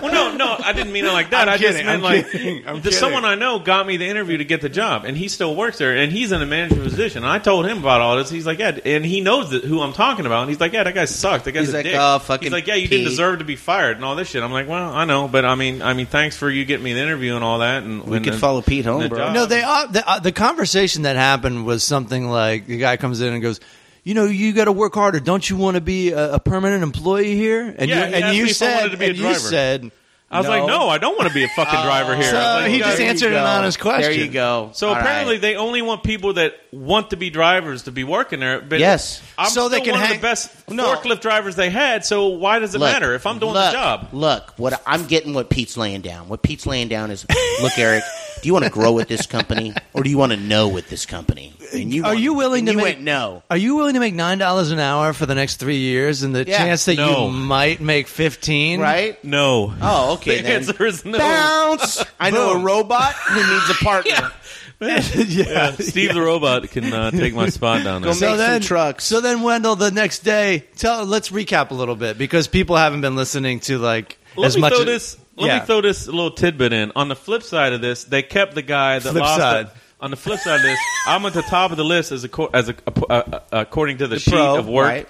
S5: Well, no, no, no, I didn't mean it like that.
S1: I'm
S5: I just
S1: kidding,
S5: meant
S1: I'm
S5: like
S1: kidding, I'm
S5: the-
S1: kidding.
S5: someone I know got me the interview to get the job, and he still works there, and he's in a management position. And I told him about all this. He's like, yeah, and he knows that, who I'm talking about. And he's like, yeah, that guy sucked. That guy's
S6: He's
S5: a
S6: like,
S5: dick.
S6: "Oh, fucking
S5: he's like, yeah, you
S6: pee."
S5: didn't deserve to be fired and all this shit. I'm like, well, I know, but I mean, I mean, thanks for you getting me the interview and all that. And
S6: We could follow Pete home,
S5: the
S6: bro.
S5: job.
S1: No, they are, the, uh, the conversation that happened was something like the guy comes in and goes, "You know, you got to work harder. Don't you want to be a, a permanent employee here?" And
S5: Yeah,
S1: you,
S5: he
S1: and
S5: asked
S1: you
S5: me if I wanted
S1: said,
S5: to be a
S1: and you
S5: driver.
S1: said,
S5: I was like, no, I don't want to be a fucking driver here.
S1: So
S5: I was like,
S1: he
S5: you
S1: just
S5: guys-
S1: answered an honest question.
S6: There you go.
S5: So
S6: All
S5: apparently
S6: right.
S5: they only want people that want to be drivers to be working there. But
S6: Yes.
S5: I'm
S1: So
S5: still
S1: they can
S5: one
S1: hang-
S5: of the best
S6: No.
S5: forklift drivers they had. So why does it
S3: Look,
S5: matter if I'm doing
S3: look,
S5: the job?
S3: Look, what I'm getting what Pete's laying down. What Pete's laying down is, look, Eric, do you want to grow with this company or do you want to know with this company? And you
S1: Are
S3: want-
S1: you willing
S3: and
S1: to
S3: you
S1: make-
S3: went no.
S1: "Are you willing to make nine dollars an hour for the next three years, and the
S3: Yeah.
S1: chance that
S5: No.
S1: you might make fifteen?
S3: Right?
S5: No.
S3: Oh, okay.
S5: the
S3: then.
S5: answer is no.
S3: Bounce.
S6: I know a robot who needs a partner.
S5: Yeah, Uh, Steve the robot can uh, take my spot down there.
S6: Make some trucks.
S1: So then, Wendell, the next day, tell. Let's recap a little bit because people haven't been listening to like
S5: Let
S1: as
S5: me
S1: much.
S5: throw
S1: as,
S5: this. Let
S1: yeah.
S5: me throw this little tidbit in. On the flip side of this, they kept the guy that
S1: Flip
S5: lost.
S1: side.
S5: it. on the flip side of this, I'm at the top of the list as a, as a, uh, according to the, sheet
S6: pro,
S5: of work.
S6: right.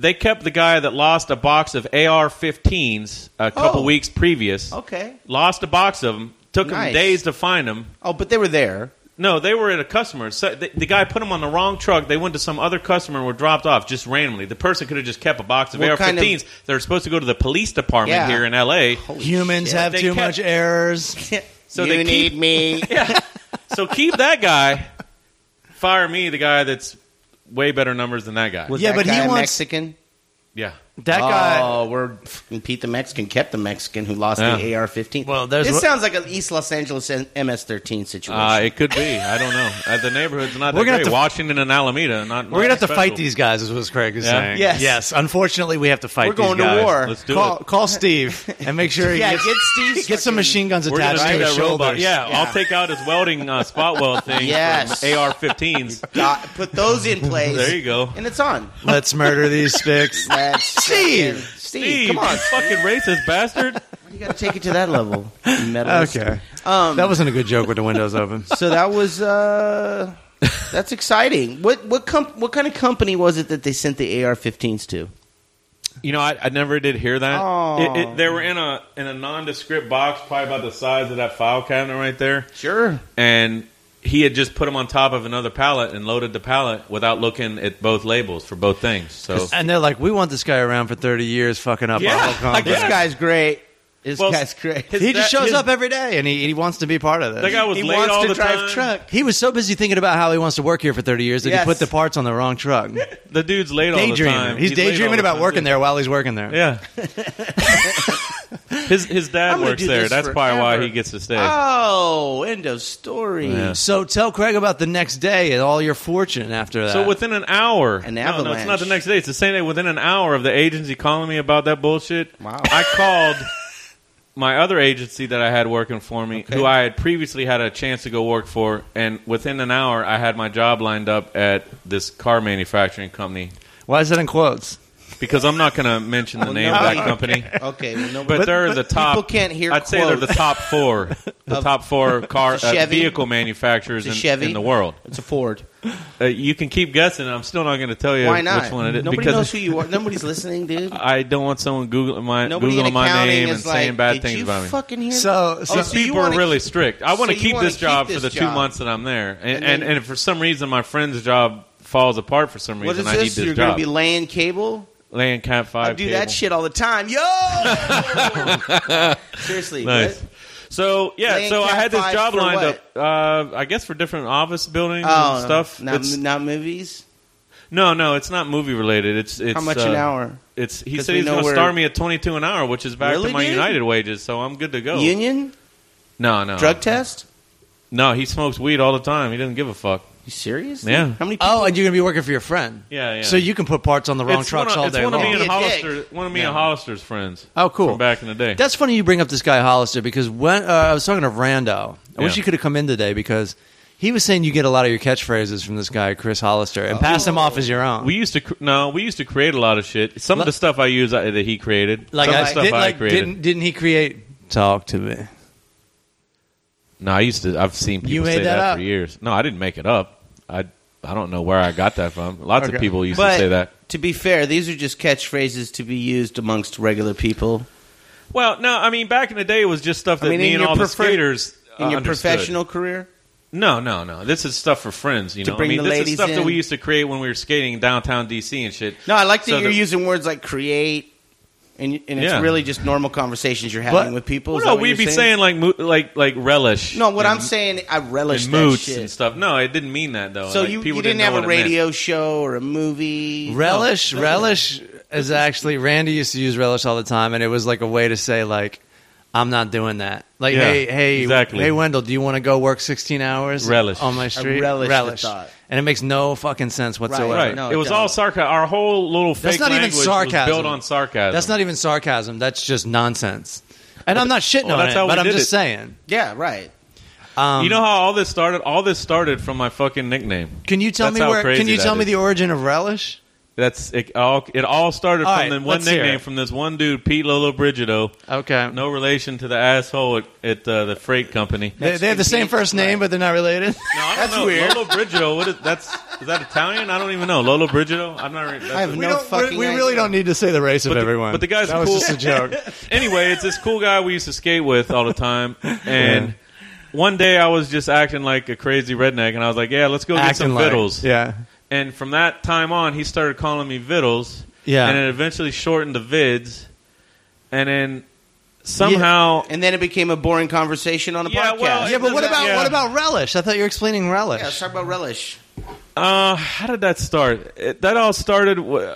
S5: They kept the guy that lost a box of AR-15s a couple
S6: Oh.
S5: weeks previous.
S6: Okay.
S5: Lost a box of them. Took
S6: Nice.
S5: him days to find them.
S6: Oh, but they were there.
S5: No, they were at a customer. So the, the guy put them on the wrong truck. They went to some other customer and were dropped off just randomly. The person could have just kept a box of
S6: What kind of-
S5: AR-15s. They were supposed to go to the police department
S6: Yeah.
S5: here in L.A.
S1: humans
S5: shit.
S1: have
S5: They
S1: too
S5: kept-
S1: much errors.
S5: So
S3: you
S5: they
S3: need
S5: keep,
S3: me.
S5: so keep that guy. Fire me, the guy that's way better numbers than that guy.
S6: Was
S1: Yeah,
S6: that
S1: but he
S6: guy a
S1: wants-
S6: Mexican.
S5: yeah.
S1: That guy.
S6: Oh, we're
S3: And Pete the Mexican kept the Mexican who lost the
S5: Yeah.
S3: AR-15.
S1: Well, there's
S3: this
S1: what-
S3: sounds like an East Los Angeles MS-13 situation.
S5: Uh, it could be. I don't know. Uh, the neighborhood's not
S1: We're gonna
S5: that great.
S1: have to-
S5: Washington and Alameda. Not,
S1: We're gonna have to
S5: special.
S1: fight these guys, is what Craig is
S5: Yeah.
S1: saying.
S6: Yes.
S1: yes. Unfortunately, we have to fight.
S6: We're going
S1: these
S6: to
S1: guys.
S6: war.
S5: Let's do
S1: call,
S5: it.
S1: call Steve and make sure he
S6: yeah.
S1: gets,
S6: Get Steve's
S1: get some
S6: fucking-
S1: machine guns
S5: We're gonna
S1: attached to
S5: do
S1: his
S5: that robot.
S1: shoulders.
S5: Yeah, I'll take out his welding uh, spot weld thing.
S3: Yes.
S5: AR-15s.
S6: dot- Put those in place.
S5: There you go.
S6: And it's on.
S1: Let's murder these spics.
S3: That's
S1: Steve!
S3: fucking- Steve,
S5: Steve,
S3: come on.
S5: you fucking racist bastard.
S3: You got to take it to that level. Metalist.
S1: Okay.
S3: Um,
S1: That wasn't a good joke with the windows open.
S3: So that was uh, that's exciting. What what com- what kind of company was it that they sent the AR-15s to?
S5: You know, I, I never did hear that.
S3: Aw.
S5: It, it, they were in a in a nondescript box, probably about the size of that file cabinet right there.
S3: Sure.
S5: And he had just put them on top of another pallet and loaded the pallet without looking at both labels for both things. So
S1: And they're like, we want this guy around for 30 years fucking up
S5: Yeah,
S1: our whole
S5: I
S1: company.
S3: This
S5: guess.
S3: guy's great. This
S5: Well,
S3: guy's great.
S5: his
S1: He just
S5: dad-
S1: shows
S5: his-
S1: up every day and he, he wants to be part of this.
S5: That guy was
S3: he
S5: late
S3: wants
S5: all
S3: to
S5: the
S3: drive
S5: time.
S3: truck.
S1: he was so busy thinking about how he wants to work here for 30 years that he
S3: Yes.
S1: put the parts on the wrong truck.
S5: The dude's late all the
S1: Daydreaming.
S5: time.
S1: He's,
S5: late all
S1: daydreaming
S5: the
S1: about
S5: time,
S1: working
S5: too.
S1: there while he's working there.
S5: Yeah. his his dad
S3: gonna
S5: works
S3: do
S5: there.
S3: this
S5: That's probably why
S3: forever.
S5: he gets to stay.
S3: Oh, end of story.
S5: Yeah.
S1: So tell Craig about the next day and all your fortune after that.
S5: So within an hour,
S3: An
S5: No, no, it's not
S3: avalanche.
S5: the next day. It's the same day. Within an hour of the agency calling me about that bullshit,
S3: Wow.
S5: I called my other agency that I had working for me, who I had previously had a chance to go work for, and within an hour, I had my job lined up at this car manufacturing company
S1: Why is that in quotes?
S5: because I'm not going to mention the
S3: Oh,
S5: name of that company.
S3: Okay. Well, nobody,
S5: But, they're the top.
S3: people can't hear
S5: I'd say they're the
S3: quotes.
S5: top four, the top four car
S3: It's a
S5: uh,
S3: Chevy.
S5: vehicle manufacturers
S3: It's a
S5: in,
S3: Chevy.
S5: in the world.
S3: it's a Ford.
S5: Uh, you can keep guessing. I'm still not going to tell you
S3: Why not?
S5: which one it is
S3: Nobody
S5: because
S3: knows who you are. Nobody's listening, dude.
S5: I don't want someone googling my
S3: Nobody
S5: googling
S3: in
S5: my
S3: accounting
S5: name and
S3: is like,
S5: saying bad
S3: "Did
S5: things
S3: you
S5: about me.
S3: Fucking hear
S1: So, so
S3: Oh,
S5: These
S3: so you
S5: people are
S3: wanna
S5: really
S3: keep-
S5: strict. I want
S3: so
S5: to
S3: you
S5: keep
S3: wanna
S5: this job
S3: keep
S5: for the
S3: this
S5: two
S3: job.
S5: months that I'm there, and and,
S3: then-
S5: and if for some reason my friend's job falls apart for some
S3: What is
S5: reason, I need
S3: this?
S5: this
S3: You're
S5: job.
S3: gonna be laying cable?
S5: Laying cat
S3: I
S5: five.
S3: do
S5: cable.
S3: that shit all the time. Yo! Seriously.
S5: Nice.
S3: what?
S5: So yeah,
S3: Laying
S5: so I
S3: cat
S5: had this
S3: five
S5: job
S3: for
S5: lined
S3: what?
S5: up. Uh, I guess for different office buildings
S3: Oh,
S5: and stuff.
S3: Not,
S5: It's-
S3: not movies.
S5: no, no, it's not movie related. It's it's
S3: How much
S5: uh,
S3: an hour?
S5: It's he
S3: 'Cause
S5: said
S3: we
S5: he's
S3: know
S5: going to
S3: where-
S5: start me at twenty two an hour, which is back
S3: Really,
S5: to my
S3: dude?
S5: United wages, so I'm good to go.
S3: Union
S5: No, no,
S3: drug test.
S5: No, he smokes weed all the time. He doesn't give a fuck.
S3: You serious?
S5: Yeah.
S3: How many? People?
S1: oh, and you're going to be working for your friend.
S5: Yeah, yeah.
S1: So you can put parts on the wrong
S5: it's
S1: trucks
S5: one of,
S1: all
S5: it's
S1: day
S5: one
S1: long.
S5: Of me and
S3: Be a dick.
S5: Hollister, one of me and Hollister's friends.
S1: Oh, cool.
S5: From back in the day.
S1: That's funny you bring up this guy Hollister because when uh, I was talking to Rando, I wish
S5: Yeah.
S1: you could have come in today because he was saying you get a lot of your catchphrases from this guy Chris Hollister and pass him off as your own.
S5: Oh. we used to cr- no, we used to create a lot of shit. Some of the stuff I use I, that he created.
S1: like
S5: some of
S1: I,
S5: the stuff
S1: did,
S5: I
S1: like
S5: created.
S1: didn't didn't he create talk to me.
S5: No, I used to. I've seen people
S1: You made
S5: say
S1: that
S5: that,
S1: up.
S5: for years. No, I didn't make it up. I I don't know where I got that from. Lots
S1: Okay.
S5: of people used
S3: But
S5: to say that.
S3: to be fair, these are just catchphrases to be used amongst regular people.
S5: Well, no, I mean back in the day, it was just stuff that
S3: I mean,
S5: me
S3: in
S5: and
S3: your
S5: all the
S3: prefer-
S5: skaters uh,
S3: In your
S5: understood.
S3: professional career,
S5: No, no, no. This is stuff for friends. You
S3: To
S5: know,
S3: bring
S5: I mean,
S3: the
S5: this
S3: ladies
S5: is stuff
S3: in.
S5: that we used to create when we were skating in downtown DC and shit.
S3: no, I like that
S5: So
S3: you're
S5: the-
S3: using words like create, and and it's
S5: Yeah.
S3: really just normal conversations you're having
S1: But-
S3: with people.
S5: Well,
S3: Is
S5: no,
S3: that what
S5: we'd
S3: you're
S5: be saying, like, mo- like, like relish.
S3: No, what
S5: and,
S3: I'm saying, I relish
S5: and
S3: that
S5: moots
S3: shit.
S5: and stuff. No, it didn't mean that though.
S3: So
S5: Like,
S3: you,
S5: people
S3: you didn't,
S5: know
S3: have
S5: what
S3: a
S5: it meant.
S3: radio show or a movie.
S5: Oh,
S1: Relish,
S3: No.
S1: relish is actually Randy used to use relish all the time, and it was like a way to say like, "I'm not doing that." Like,
S5: Yeah,
S1: hey, hey,
S5: exactly.
S1: hey, Wendell, do you want to go work 16 hours
S5: Relish.
S1: on my street?
S3: relish the
S1: relish,
S3: thought.
S1: and it makes no fucking sense whatsoever.
S5: Right.
S3: No,
S5: it
S3: it
S5: was all
S3: don't.
S5: sarcasm. Our whole little fake
S1: That's not even
S5: language was
S1: sarcasm.
S5: built on sarcasm.
S1: That's not even sarcasm. That's just nonsense. And I'm not shitting
S5: Well,
S1: on
S5: that's
S1: it,
S5: how we
S1: but I'm
S5: did
S1: just
S5: it.
S1: saying.
S3: Yeah, right.
S1: Um,
S5: you know how all this started? All this started from my fucking nickname.
S1: can you tell
S5: That's
S1: me
S5: how
S1: where?
S5: crazy
S1: Can you
S5: that
S1: tell me
S5: is.
S1: the origin of relish?
S5: That's it. All it all started
S1: All
S5: from
S1: right,
S5: the one
S1: let's hear
S5: nickname
S1: it.
S5: from this one dude, Pete Lolo Brigido.
S1: Okay,
S5: No relation to the asshole at, at uh, the freight company.
S1: they, they have the same first name, but they're not related.
S5: No, I don't
S3: That's
S5: know.
S3: weird.
S5: Lolo Brigido. What is that's? Is that Italian? I don't even know. Lolo Brigido. I'm not. re- That's
S3: I have
S1: We
S3: no
S1: don't.
S3: fucking.
S1: we really
S3: idea.
S1: don't need to say the race of
S5: but the,
S1: everyone.
S5: But the guy's
S1: that
S5: cool.
S1: was just a joke.
S5: anyway, it's this cool guy we used to skate with all the time, and. One day I was just acting like a crazy redneck, and I was like, "Yeah, let's go get some
S1: like-
S5: vittles."
S1: yeah.
S5: And from that time on, he started calling me Vittles.
S1: Yeah.
S5: And it eventually shortened to Vids. And then somehow.
S3: And then it became a boring conversation on a
S5: Yeah,
S3: podcast.
S5: well,
S1: Yeah, but what about
S5: Yeah.
S1: what about relish? I thought you were explaining relish.
S3: Yeah, let's talk about relish.
S5: Uh, how did that start? It, that all started. W-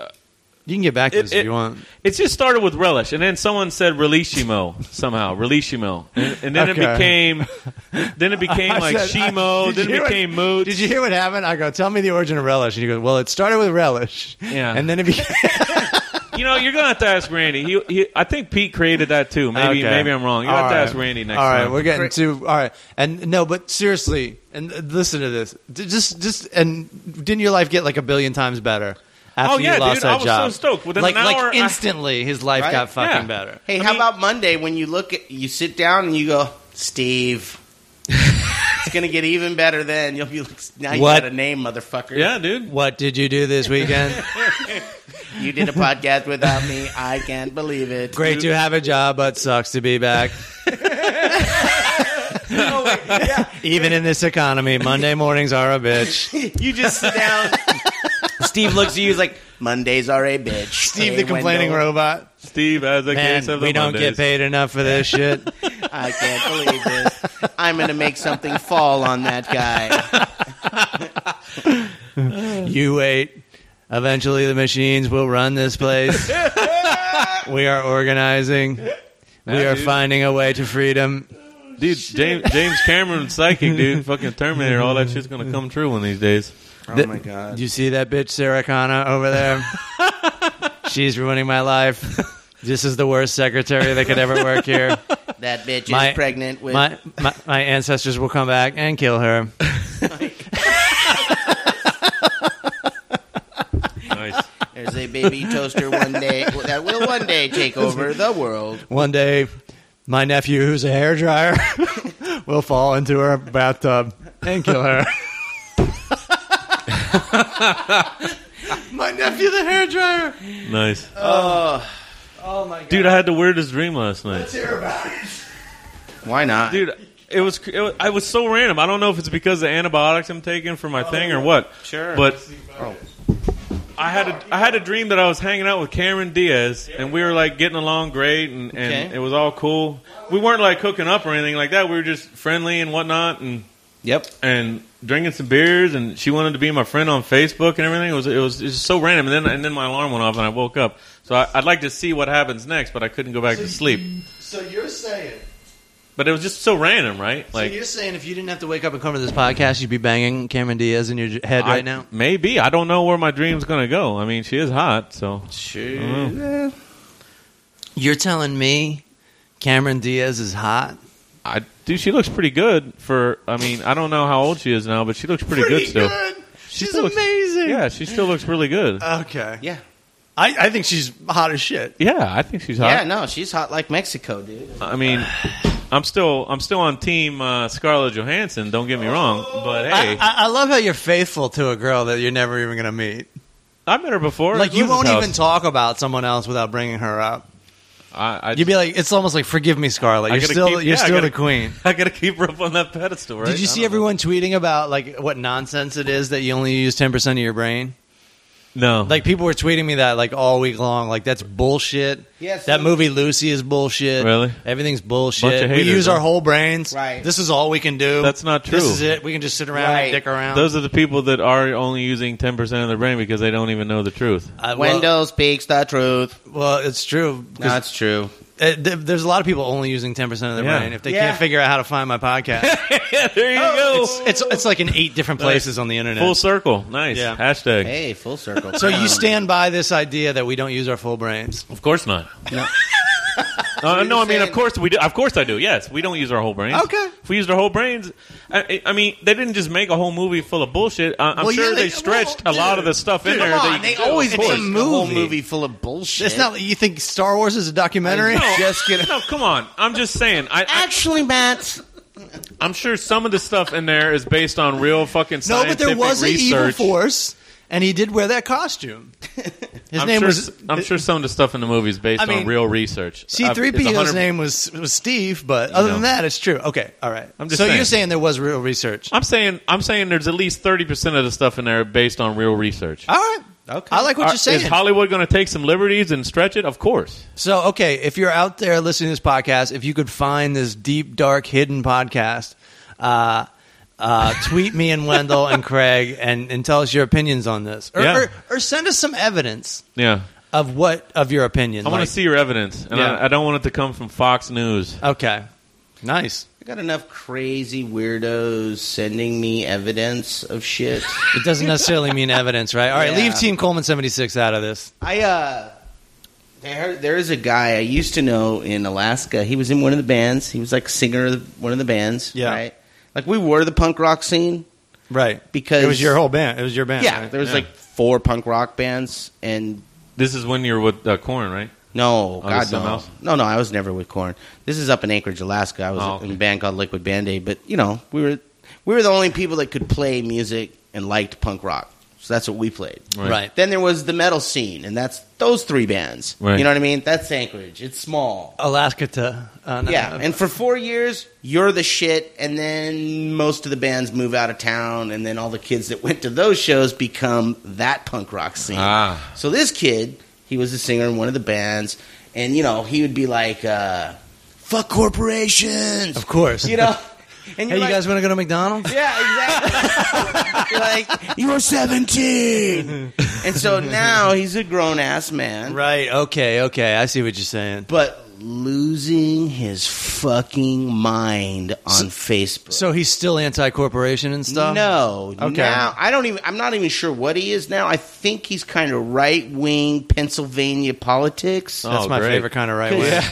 S1: you can get back to
S5: It-
S1: this
S5: it-
S1: if you want.
S5: it just started with relish, and then someone said relishimo somehow, relishimo, and, and then
S1: Okay.
S5: it became, then it became
S1: I
S5: like
S1: said- I-
S5: shimo,
S1: did
S5: then
S1: you hear
S5: it
S1: what-
S5: became moods.
S1: Did you hear what happened? I go, tell me the origin of relish, and you go, well, it started with relish,
S5: Yeah.
S1: and then it became.
S5: You know, you're gonna have to ask Randy. He, he I think Pete created that too. Maybe,
S1: Okay.
S5: maybe I'm wrong. You have
S1: All
S5: to
S1: right.
S5: ask Randy next
S1: All right,
S5: time.
S1: we're getting to all right, and no, but seriously, and uh, listen to this. D- Just, just, and didn't your life get like a billion times better after
S5: Oh, yeah,
S1: you lost
S5: dude,
S1: that
S5: I was so
S1: job?
S5: stoked. Within
S1: like,
S5: an
S1: like
S5: hour, I-
S1: instantly, his life
S3: Right?
S1: got fucking
S5: Yeah.
S1: better.
S3: Hey,
S5: I
S3: how
S5: mean-
S3: about Monday when you look at you sit down and you go, Steve. it's gonna get even better then. You'll be like, now you
S1: What?
S3: got a name, motherfucker.
S5: yeah, dude.
S1: What did you do this weekend?
S3: You did a podcast without me. I can't believe it.
S1: Great to have a job, but sucks to be back.
S5: Oh,
S1: Even in this economy, Monday mornings are a bitch.
S3: You just sit down. Steve looks at you. He's like, Mondays are a bitch.
S1: Steve,
S3: Hey,
S1: the complaining
S3: Wendell,
S1: robot.
S5: Steve as a
S1: Man,
S5: case of the
S1: we don't
S5: Mondays.
S1: get paid enough for this shit.
S3: I can't believe this. I'm gonna make something fall on that guy.
S1: you wait. Eventually, the machines will run this place. we are organizing. we
S5: Yeah,
S1: are
S5: dude.
S1: finding a way to freedom.
S5: Dude, James, James Cameron, psychic dude, fucking Terminator, all that shit's gonna come true one of these days.
S1: Oh my
S5: Uh,
S1: god! You see that bitch Sarah Connor over there? She's ruining my life. This is the worst secretary that could ever work here.
S3: That bitch
S1: My-
S3: is pregnant with.
S1: my, my my ancestors will come back and kill her.
S5: Nice.
S3: There's a baby toaster one day that will one day take over the world.
S1: One day, my nephew, who's a hairdryer, will fall into her bathtub and kill her. my nephew, the hairdryer.
S5: nice.
S1: Oh my god!
S5: Dude, I had the weirdest dream last night.
S3: Why not?
S5: Dude, it was, it was I was so random. I don't know if it's because the antibiotics I'm taking for my thing
S1: Oh,
S5: or what.
S3: Sure.
S5: But I had a I had a dream that I was hanging out with Cameron Diaz and we were like getting along great and, and
S3: Okay.
S5: it was all cool. We weren't like cooking up or anything like that. We were just friendly and whatnot and
S3: Yep.
S5: and drinking some beers, and she wanted to be my friend on Facebook and everything. It was it was, it was so random, and then and then my alarm went off, and I woke up. So I, I'd like to see what happens next, but I couldn't go back to sleep.
S1: So you're saying,
S5: But it was just so random, right?
S1: so
S5: Like
S1: you're saying, if you didn't have to wake up and come to this podcast, you'd be banging Cameron Diaz in your j- head
S5: I-
S1: right now.
S5: maybe I don't know where my dream's gonna go. I mean, she is hot, so
S1: Mm, You're telling me Cameron Diaz is hot?
S5: I dude, she looks pretty good for. I mean, I don't know how old she is now, but she looks pretty, good still. She
S1: She's
S5: still looks-
S1: amazing.
S5: Yeah, she still looks really good.
S1: Okay.
S3: Yeah.
S1: I, I think she's hot as shit.
S5: Yeah, I think she's hot.
S3: Yeah, no, she's hot like Mexico, dude.
S5: I mean, I'm still I'm still on team uh, Scarlett Johansson. Don't get me wrong, but hey, I,
S1: I, I love how you're faithful to a girl that you're never even going to meet.
S5: met her before.
S1: Like
S5: at
S1: you
S5: Liz's
S1: won't
S5: house.
S1: even talk about someone else without bringing her up.
S5: I, I,
S1: You'd be like, it's almost like, forgive me, Scarlett.
S5: I
S1: You're
S5: gotta
S1: still,
S5: keep-
S1: you're
S5: yeah, I
S1: still
S5: gotta-
S1: the queen.
S5: I gotta keep her up on that pedestal, right?
S1: Did you
S5: I
S1: see
S5: don't
S1: everyone tweeting about like what nonsense it is that you only use ten percent of your brain?
S5: know. No,
S1: Like people were tweeting me that like all week long. Like that's bullshit.
S3: Yes.
S1: That movie Lucy is bullshit.
S5: Really?
S1: Everything's bullshit.
S5: Bunch of
S1: we
S5: haters,
S1: use our
S5: huh?
S1: whole brains.
S3: Right.
S1: This is all we can do.
S5: That's not
S1: This
S5: true.
S1: is it. We can just sit around
S3: Right.
S1: and dick around.
S5: those are the people that are only using ten percent of their brain because they don't even know the truth.
S1: I- Uh, well,
S3: Wendell speaks the truth.
S1: Well, it's true. 'cause
S3: That's true.
S1: it- Uh, th- there's a lot of people only using ten percent of their
S5: Yeah.
S1: brain if they
S3: Yeah.
S1: can't figure out how to find my podcast.
S5: yeah, there you
S1: Oh, it's, it's it's like in eight different places on the internet.
S5: Full circle. Nice.
S1: Yeah.
S5: Hashtag.
S3: Hey, full circle.
S1: so you
S3: Um,
S1: stand by this idea that we don't use our full brains.
S5: Of course not. No. uh, no, I mean, of
S3: saying-
S5: course we do. Of course I do. Yes, we don't use our whole brains.
S1: Okay.
S5: if we used our whole brains, I, I mean, they didn't just make a whole movie full of bullshit. I, I'm
S1: Well, yeah,
S5: sure they,
S1: they-
S5: stretched
S1: well,
S5: a lot
S1: dude,
S5: of the stuff in
S1: dude,
S5: there.
S1: come
S5: that
S1: on,
S5: you
S1: they
S5: could do.
S1: always
S5: Of
S1: make
S5: course.
S3: a whole
S1: movie.
S3: movie full of bullshit.
S1: It's not. You think Star Wars is a documentary?
S5: No,
S3: Just kidding.
S5: No, come on. I'm just saying. I, I
S3: Actually, Matt,
S5: I'm sure some of the stuff in there is based on real fucking
S1: No, but
S5: scientific
S1: there was an evil
S5: research.
S1: force, and he did wear that costume. His
S5: I'm
S1: name
S5: sure,
S1: was.
S5: I'm sure some of the stuff in the movie is based
S1: I mean,
S5: on real research.
S1: C three
S5: I've- it's
S1: PO's
S5: 100
S1: name was was Steve, but other than
S5: know.
S1: that, it's true. Okay, all right.
S5: I'm just
S1: so
S5: saying.
S1: you're saying there was real research.
S5: I'm saying I'm saying there's at least thirty percent of the stuff in there based on real research.
S1: all right.
S3: Okay.
S1: I like what
S5: Are-
S1: you're saying.
S5: Is Hollywood going to take some liberties and stretch it? Of course.
S1: so, okay, if you're out there listening to this podcast, if you could find this deep, dark, hidden podcast, uh, uh, tweet me and Wendell and Craig and, and tell us your opinions on this. Or,
S5: Yeah.
S1: or, or send us some evidence
S5: Yeah.
S1: of what of your opinion.
S5: I want
S1: like-
S5: to see your evidence, and
S1: Yeah.
S5: I, I don't want it to come from Fox News.
S1: Okay. Nice.
S3: I got enough crazy weirdos sending me evidence of shit.
S1: It doesn't necessarily mean evidence, right? All right,
S3: Yeah.
S1: leave Team Coleman 76 out of this.
S3: I uh there there is a guy I used to know in Alaska. He was in one of the bands. He was like singer of one of the bands.
S1: Yeah.
S3: Right. Like we were the punk rock scene.
S1: Right.
S3: Because-
S1: it was your whole band. It was your band.
S3: Yeah.
S1: right?
S3: There was
S5: Yeah.
S3: like four punk rock bands and
S5: This is when you're with uh, Corn, right?
S3: no,
S5: Oh,
S3: God
S5: this something
S3: no.
S5: else?
S3: No, no, I was never with Corn. This is up in Anchorage, Alaska. I was
S5: Oh, okay.
S3: in a band called Liquid Band Aid, but you know, we were we were the only people that could play music and liked punk rock. So that's what we played.
S1: Right.
S3: Then there was the metal scene, and that's those three bands.
S5: Right.
S3: You know what I mean? That's Anchorage. It's small.
S1: Alaska to. Uh, no,
S3: Yeah,
S1: no.
S3: and for four years, you're the shit, and then most of the bands move out of town, and then all the kids that went to those shows become that punk rock scene.
S5: Ah.
S3: So this kid, he was a singer in one of the bands, and you know he would be like, uh, "Fuck corporations,"
S1: of course.
S3: you know. And
S1: Hey,
S3: you're
S1: you
S3: like,
S1: guys want to go to McDonald's?
S3: yeah, exactly. you're like, you're 17, and so now he's a grown ass man,
S1: Right. Okay. Okay. I see what you're saying.
S3: but losing his fucking mind on Facebook.
S1: So he's still anti-corporation and stuff.
S3: no,
S1: Okay.
S3: now I don't even. I'm not even sure what he is now. I think he's kind of right wing Pennsylvania politics.
S1: That's
S5: Oh,
S1: my
S5: great.
S1: favorite kind of right wing.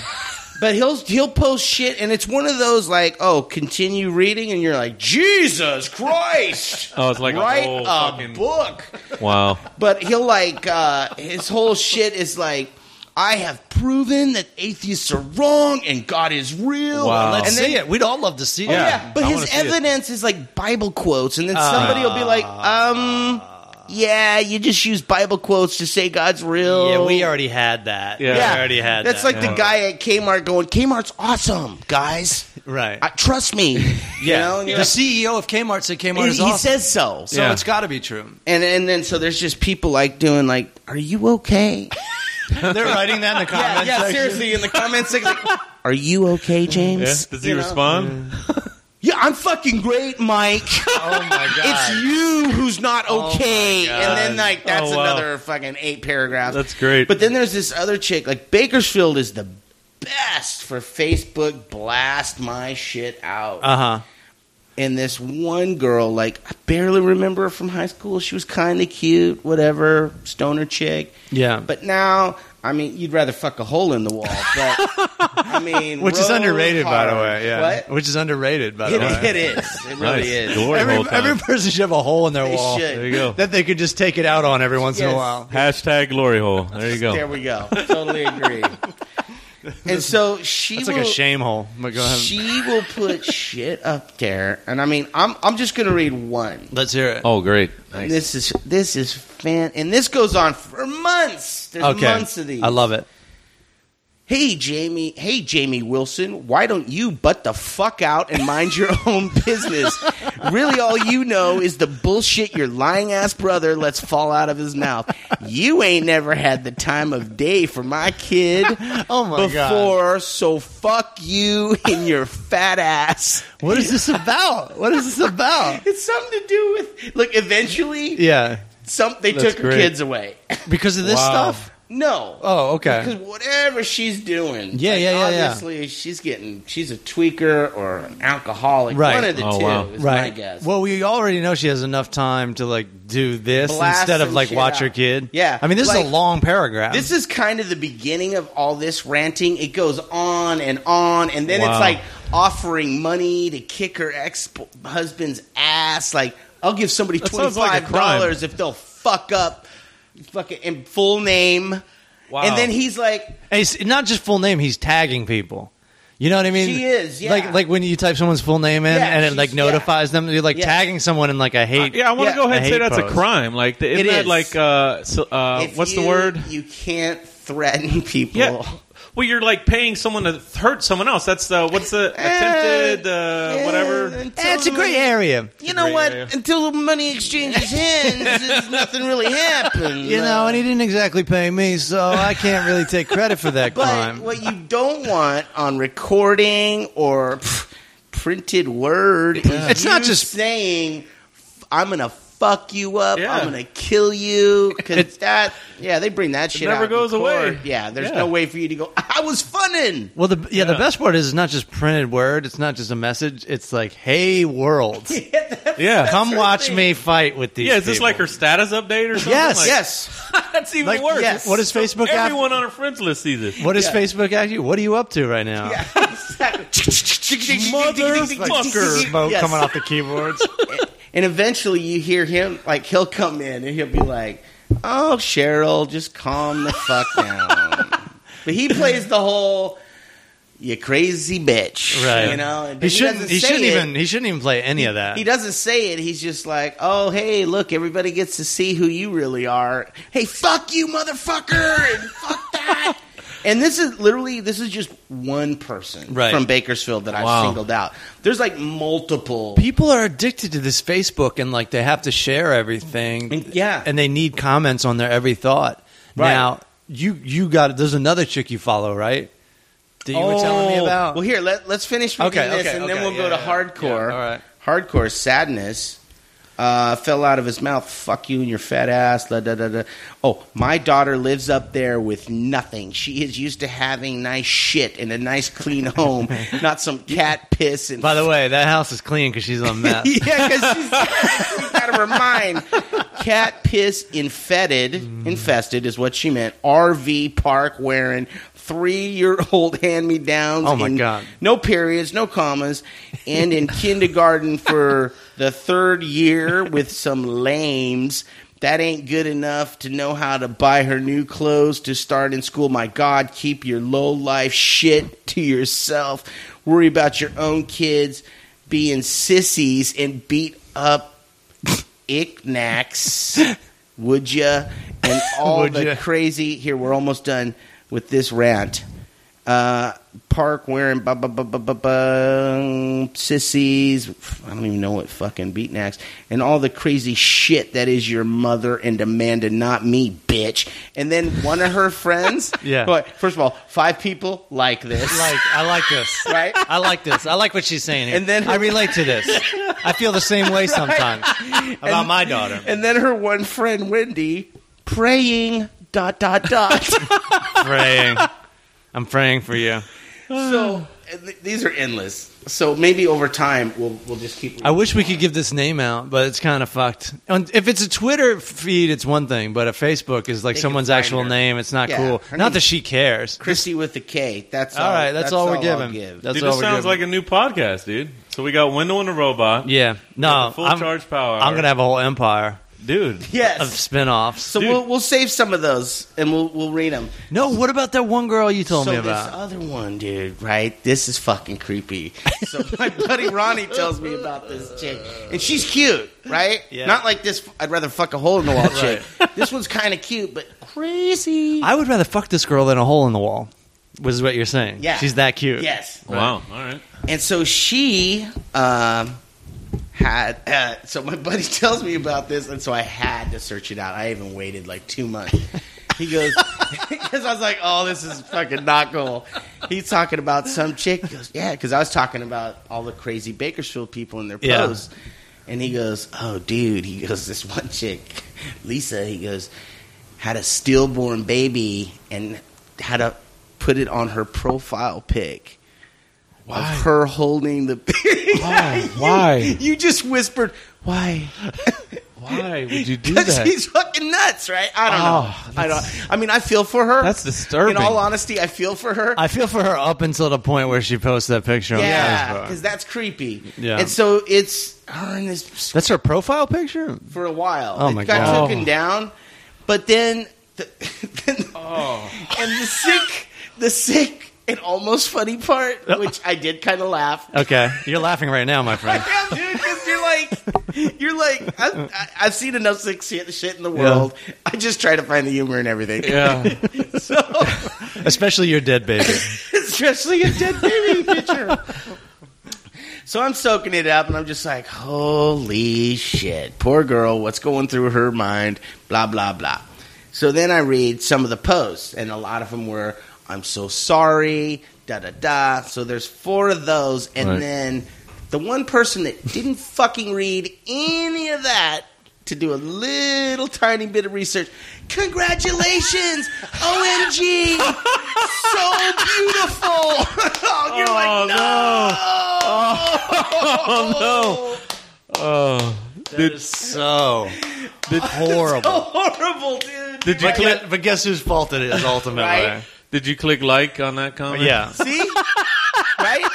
S3: But he'll he'll post shit, and it's one of those like, oh, continue reading, and you're like, Jesus Christ!
S5: Oh, it's like a
S3: write
S5: whole
S3: a
S5: fucking-
S3: book.
S5: Wow.
S3: But he'll like uh, his whole shit is like. I have proven that atheists are wrong and God is real.
S5: Wow.
S3: And
S1: Let's
S3: then- oh,
S1: see it. We'd all love to see
S5: Yeah.
S1: it.
S3: Yeah, but
S5: I wanna
S3: his
S5: see it.
S3: evidence is like Bible quotes, and then somebody will be like, um, yeah, you just use Bible quotes to say God's real.
S1: Yeah, we already had that.
S5: Yeah.
S1: we
S5: Yeah.
S1: already had.
S3: That's
S1: that.
S3: like the guy at Kmart going, Kmart's awesome, guys.
S1: right.
S3: I, trust me. You know? And
S1: the
S3: you're like,
S1: CEO of Kmart said Kmart
S3: he,
S1: is
S3: he
S1: awesome.
S3: says so.
S1: so.
S5: Yeah.
S1: It's got to be true.
S3: And, and then so there's just people like doing like, are you okay?
S1: They're writing that in the comments. section.
S3: seriously, in the comments section. Are you okay,
S5: Yeah.
S3: James?
S5: Does he
S3: You know?
S5: respond?
S3: Yeah, I'm fucking great, Mike.
S1: Oh my god. Oh
S3: It's you who's not
S1: my
S3: okay.
S1: God.
S3: and then like that's
S5: Oh, wow.
S3: another fucking eight paragraphs.
S5: That's great.
S3: But then there's this other chick, like Bakersfield is the best for Facebook blast my shit out.
S1: Uh huh.
S3: and this one girl, like I barely remember her from high school. She was kinda cute, whatever, stoner chick.
S1: Yeah.
S3: But now I mean, you'd rather fuck a hole in the wall, but I mean,
S1: Which is
S3: roll
S1: underrated, by the
S3: hard.
S1: way. Yeah.
S3: What?
S1: Which is underrated, by the
S3: It,
S1: way.
S3: it is. It really
S5: Nice.
S3: is.
S5: Glory
S1: Every,
S5: hole time.
S1: every person should have a hole in their
S3: They
S1: wall
S3: should.
S5: There you go.
S1: that they could just take it out on every once in
S3: Yes.
S1: a while.
S5: Hashtag glory hole. There you
S3: There
S5: go.
S3: we go. Totally agree. and so she
S1: It's
S3: will,
S1: like a shame hole. But go ahead.
S3: she will put shit up there, and I mean, I'm I'm just gonna read one.
S1: Let's hear it.
S5: Oh, great.
S3: And
S5: Nice.
S3: This is this is fan, and this goes on for months. There's
S1: okay.
S3: months of these.
S1: I love it.
S3: Hey Jamie, hey Jamie Wilson, why don't you butt the fuck out and mind your own business? really, all you know is the bullshit your lying ass brother lets fall out of his mouth. You ain't never had the time of day for my kid
S1: Oh my God.
S3: before, so fuck you in your fat ass.
S1: What is this about? What is this about?
S3: It's something to do with look. Eventually,
S1: Yeah.
S3: some they
S5: That's
S3: took her
S5: great.
S3: kids away.
S1: Because of this
S5: Wow.
S1: stuff?
S3: No,
S1: Oh,
S3: Because
S1: okay.
S3: whatever she's doing,
S1: Yeah, yeah, yeah, yeah.
S3: Obviously, she's getting she's a tweaker or an alcoholic,
S1: Right.
S3: one of the
S5: Oh,
S3: two.
S5: wow.
S3: Is
S1: Right.
S3: my guess.
S1: Well, we already know she has enough time to like do this
S3: Blast
S1: instead of
S3: some
S1: like
S3: shit
S1: watch
S3: out.
S1: her kid.
S3: Yeah.
S1: I mean, this is
S3: Like,
S1: a long paragraph.
S3: this is kind of the beginning of all this ranting. It goes on and on, and then
S5: Wow.
S3: it's like offering money to kick her ex husband's ass. Like, I'll give somebody
S5: That
S3: twenty
S5: sounds like a
S3: five
S5: crime.
S3: dollars if they'll fuck up, fucking in full name.
S5: Wow.
S3: And then he's like,
S1: And he's not just full name; he's tagging people. You know what I mean?
S3: She is, yeah.
S1: Like like when you type someone's full name in
S3: Yeah,
S1: and it
S3: she's-
S1: like notifies them, you're like
S3: Yeah.
S1: tagging someone in like a hate.
S5: Uh, Yeah, I want to
S3: Yeah.
S5: go ahead and
S1: I
S5: say
S1: hate
S5: that's
S1: those.
S5: a crime. Like, the, isn't
S3: It
S5: that
S3: is.
S5: like uh, so, uh,
S3: if
S5: what's the
S3: you-
S5: word?
S3: You can't threaten people.
S5: Yeah. Well, you're like paying someone to hurt someone else. That's the what's the attempted uh, whatever.
S1: Eh, it's a gray area.
S3: You know what?
S5: area.
S3: Until the money exchanges hands, there's nothing really happens.
S1: You know, and he didn't exactly pay me, so I can't really take credit for that
S3: but
S1: crime.
S3: what you don't want on recording or pff, printed word is
S1: It's
S3: you
S1: not just-
S3: saying "F- I'm gonna fuck you up.
S5: Yeah.
S3: I'm gonna kill you because
S1: It's-
S3: that yeah they bring that shit
S5: never
S3: out in
S5: goes away.
S3: court. Yeah, there's
S5: Yeah.
S3: no way for you to go. I was funning.
S1: Well, the yeah, the best part is it's not just printed word. It's not just a message. It's like, hey world,
S5: Yeah.
S1: come watch me fight with these.
S5: yeah, is this
S1: people.
S5: like her status update or something?
S1: Yes.
S5: Like,
S3: Yes,
S5: That's even
S1: Like,
S5: worse.
S1: yes. What is Facebook? app-
S5: Everyone on her friends list sees it.
S1: What is Facebook at you? What are you up to right now?
S5: Motherfucker.
S1: Smoke
S3: Yes.
S1: coming off the keyboards.
S3: And eventually you hear him, like, he'll come in and he'll be like, oh, Cheryl, just calm the fuck down. but he plays the whole, you crazy bitch.
S1: right?
S3: You know?
S1: he
S3: but
S1: shouldn't.
S3: doesn't
S1: He
S3: say
S1: shouldn't
S3: it.
S1: even. He shouldn't even play any of that.
S3: He doesn't say it. He's just like, oh, hey, look, everybody gets to see who you really are. Hey, fuck you, motherfucker. And fuck that. And this is literally this is just one person
S1: Right.
S3: from Bakersfield that I've
S5: Wow.
S3: singled out. There's like multiple
S1: People are addicted to this Facebook, and like they have to share everything.
S3: And- yeah.
S1: and they need comments on their every thought.
S3: Right.
S1: Now you you got. There's another chick you follow, right? That you were telling me
S3: Oh.
S1: about.
S3: Well, here let, let's finish reading
S1: Okay,
S3: this,
S1: okay,
S3: and
S1: okay,
S3: then we'll go
S1: yeah,
S3: to
S1: yeah,
S3: hardcore.
S1: yeah, all right.
S3: Hardcore sadness uh, fell out of his mouth. Fuck you and your fat ass. La, da, da, da. Oh, my daughter lives up there with nothing. She is used to having nice shit and a nice clean home, not some cat piss and
S1: By the way, that house is clean because she's on meth.
S3: yeah, because she's she's out of her mind. Cat piss infested,
S1: Mm.
S3: infested is what she meant. RV park wearing three year old hand me downs.
S1: Oh, my God.
S3: No periods, no commas, and in kindergarten for the third year with some lames. That ain't good enough to know how to buy her new clothes to start in school. My God, keep your low life shit to yourself. Worry about your own kids being sissies and beat up icknacks, would ya? And all
S1: Would
S3: the
S1: ya?
S3: crazy. Here, we're almost done with this rant. Uh, park wearing bu- bu- bu- bu- bu- bu- sissies. I don't even know what fucking beatniks and all the crazy shit that is your mother and Amanda, not me, bitch. And then one of her friends.
S1: Yeah.
S3: But first of all, five people like this,
S1: like I like this.
S3: right?
S1: I like this. I like what she's saying here.
S3: And then-
S1: I relate to this. I feel the same way sometimes about
S3: And-
S1: my daughter.
S3: and then her one friend Wendy praying dot dot dot.
S1: Praying. I'm praying for you.
S3: so th- these are endless. So maybe over time we'll we'll just keep.
S1: I wish we could give this name out, but it's kind of fucked. And If it's a Twitter feed, it's one thing, but a Facebook is like
S3: They can
S1: someone's
S3: find
S1: actual
S3: her.
S1: name. It's not
S3: Yeah,
S1: cool.
S3: her
S1: Not
S3: name's-
S1: that she cares.
S3: Chrissy with the K. That's
S1: All right, that's, all we're
S3: I'll
S1: giving.
S3: give.
S1: That's
S5: Dude,
S1: all
S5: this
S1: we're
S5: sounds
S1: giving.
S5: like a new podcast, dude. So we got Window and a Robot.
S1: yeah, no,
S5: Full
S1: I'm,
S5: charge power.
S1: I'm gonna have a whole empire
S5: dude.
S1: of
S3: Yes.
S1: spin-offs.
S3: So
S5: Dude.
S3: we'll we'll save some of those and we'll we'll read them.
S1: no, what about that one girl you told
S3: so
S1: me
S3: this
S1: about?
S3: other one, dude, right? This is fucking creepy. So my buddy Ronnie tells me about this chick, and she's cute, right?
S1: Yeah.
S3: Not like this. I'd rather fuck a hole in the wall chick. This one's kind of cute, but crazy.
S1: I would rather fuck this girl than a hole in the wall. Was what you're saying?
S3: Yeah.
S1: she's that cute.
S3: yes.
S5: Wow. All right.
S3: And so she um, had. Uh, so my buddy tells me about this, and so I had to search it out. I even waited like two months. He goes, because I was like, oh, this is fucking not cool. He's talking about some chick. He goes, yeah, because I was talking about all the crazy Bakersfield people and their
S1: Yeah.
S3: posts. And he goes, oh, dude. He goes, this one chick, Lisa, he goes, had a stillborn baby and had to put it on her profile pic
S5: Why?
S3: of her holding the
S5: Why?
S3: You-
S5: Why?
S3: You just whispered, why?
S5: Why would you do
S3: Because
S5: that?
S3: he's fucking nuts, right? I don't
S5: Oh,
S3: know. I don't. I mean, I feel for her.
S5: That's disturbing.
S3: In all honesty, I feel for her.
S1: I feel for her up until the point where she posts that picture
S3: yeah,
S1: on Facebook.
S3: because that's creepy.
S1: Yeah.
S3: And so it's her in this
S1: That's her profile picture.
S3: for a while.
S1: Oh, my
S3: it got
S1: God.
S3: taken down, but then, the, then
S5: Oh.
S3: and the sick, the sick and almost funny part, which I did kind of laugh.
S1: Okay, you're laughing right now, my friend.
S3: Yeah, dude, because you're like, you're like, I've, I- I've seen enough sick shit shit in the world. I just try to find the humor in everything.
S5: yeah.
S1: Especially your dead baby.
S3: Especially a dead baby picture. So I'm soaking it up, and I'm just like, holy shit, poor girl, what's going through her mind, blah, blah, blah. So then I read some of the posts, and a lot of them were, I'm so sorry, da, da, da. So there's four of those, and
S5: Right.
S3: then the one person that didn't fucking read any of that to do a little tiny bit of research, congratulations, OMG, so beautiful. Oh, you're
S5: Oh,
S3: like,
S5: no.
S3: no.
S5: Oh no. Oh. Dude,
S1: so horrible.
S3: horrible, dude.
S5: did you click?
S1: but guess whose fault it is ultimately?
S3: Right?
S5: Did you click like on that comment?
S1: Yeah.
S3: See? right?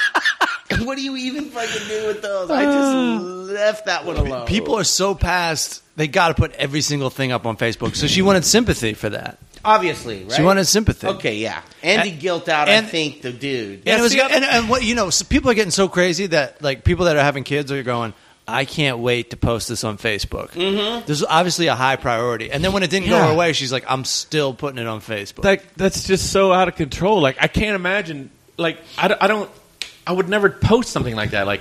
S3: What do you even fucking do with those? I just left that one alone.
S1: Uh. People are so past. They got to put every single thing up on Facebook. So she wanted sympathy for that.
S3: obviously, right?
S1: She wanted sympathy.
S3: Okay, yeah. Andy guilt out,
S1: and-
S3: I think, the dude.
S1: And, it was,
S5: see,
S1: and, and what you know, so people are getting so crazy that like people that are having kids are going. I can't wait to post this on Facebook. Mm-hmm. There's obviously a high priority, and then when it didn't
S5: Yeah.
S1: go her way, she's like, "I'm still putting it on Facebook."
S5: Like that's just so out of control. Like I can't imagine. Like I, d- I don't. I would never post something like that. Like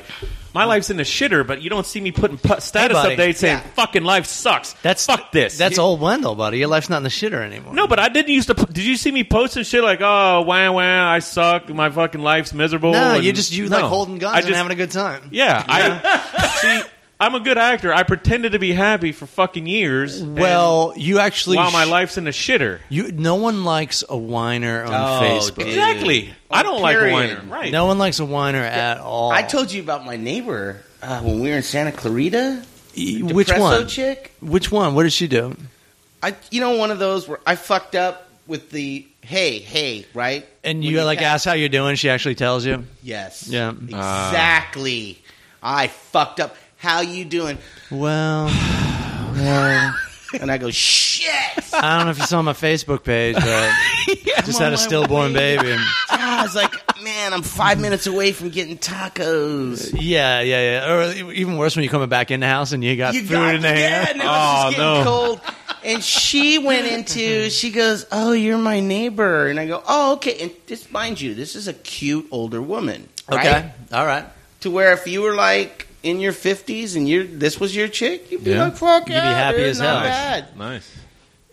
S5: my life's in the shitter, but you don't see me putting pu- status
S1: buddy.
S5: updates saying
S3: Yeah.
S5: "fucking life sucks."
S1: that's
S5: fuck this.
S1: That's old Wendell, buddy. Your life's not in the shitter anymore.
S5: No, but I didn't used to. p- Did you see me posting shit like, "Oh, wah wah, I suck. My fucking life's miserable."
S1: no,
S5: and-
S1: you just you like
S5: No.
S1: holding guns
S5: I
S1: and
S5: just-
S1: having a good time.
S5: Yeah, I see. I'm a good actor. I pretended to be happy for fucking years. and
S1: Well, you actually
S5: while my
S1: sh-
S5: life's in the shitter.
S1: you no one likes a whiner on
S5: Oh,
S1: Facebook.
S3: dude.
S5: Exactly. I don't like
S3: Period.
S5: whiner. Right.
S1: No one likes a whiner at all.
S3: I told you about my neighbor uh, when we were in Santa Clarita.
S1: E- which
S3: Depresso
S1: one?
S3: chick.
S1: Which one? What does she do?
S3: I, you know, one of those where I fucked up with the hey, hey, right?
S1: And
S3: When
S1: you like
S3: catch-
S1: ask how you're doing. She actually tells you.
S3: Yes.
S1: Yeah. Uh.
S3: Exactly. I fucked up. How you doing?
S1: Well,
S3: And I go, shit.
S1: I don't know if you saw my Facebook page, but just had a stillborn baby.
S3: I was like, man, I'm five minutes away from getting tacos.
S1: Yeah, yeah, yeah. Or even worse when you're coming back in the house and you got
S3: You
S1: food
S3: got
S1: in the
S3: yeah,
S1: hand.
S3: and it was
S5: Oh,
S3: just getting
S5: no.
S3: cold. And she went into, she goes, oh, you're my neighbor. And I go, oh, okay. And just mind you, this is a cute older woman. Right?
S1: Okay, all right.
S3: To where if you were like in your 50s and you're, this was your chick, you'd be
S5: Yeah.
S3: like, fuck
S1: You'd be
S3: yeah,
S1: happy
S3: dude,
S1: as
S3: not
S1: hell.
S3: bad.
S5: Nice.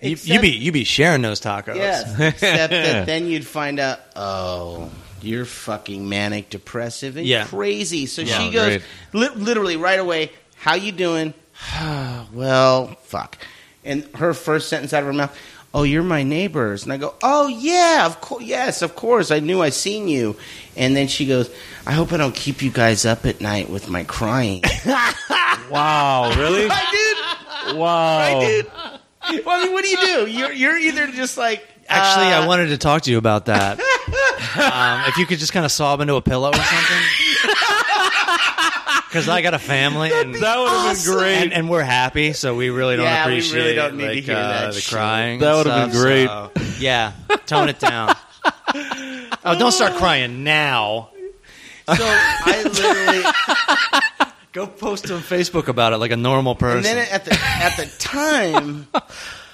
S1: You,
S3: Except-
S1: you be you be sharing those tacos.
S3: Yes. Except that then you'd find out, oh, you're fucking manic depressive and
S1: Yeah.
S3: crazy. So
S5: Yeah,
S3: she goes, li- literally right away, how you doing? well, fuck. And her first sentence out of her mouth, "Oh, you're my neighbors," and I go, "Oh yeah, of course, yes, of course. I knew I seen you." And then she goes, "I hope I don't keep you guys up at night with my crying."
S5: Wow, really?
S3: I
S5: Wow.
S3: did, I did. Well, I mean, what do you do? You're you're either just like
S1: Actually,
S3: Uh,
S1: I wanted to talk to you about that. um, if you could just kind of sob into a pillow or something. Because I got a family, and
S5: That would have been great.
S1: and, and we're happy, so we really don't
S3: Yeah, we really
S1: appreciate
S3: don't need to
S1: like,
S3: hear
S1: uh,
S3: that
S1: the
S3: shit.
S1: crying.
S5: That
S1: would
S5: would've
S1: have
S5: been great.
S1: yeah, tone it down. oh, don't start crying now.
S3: so I literally.
S1: Go post on Facebook about it like a normal person.
S3: And then at the at the time,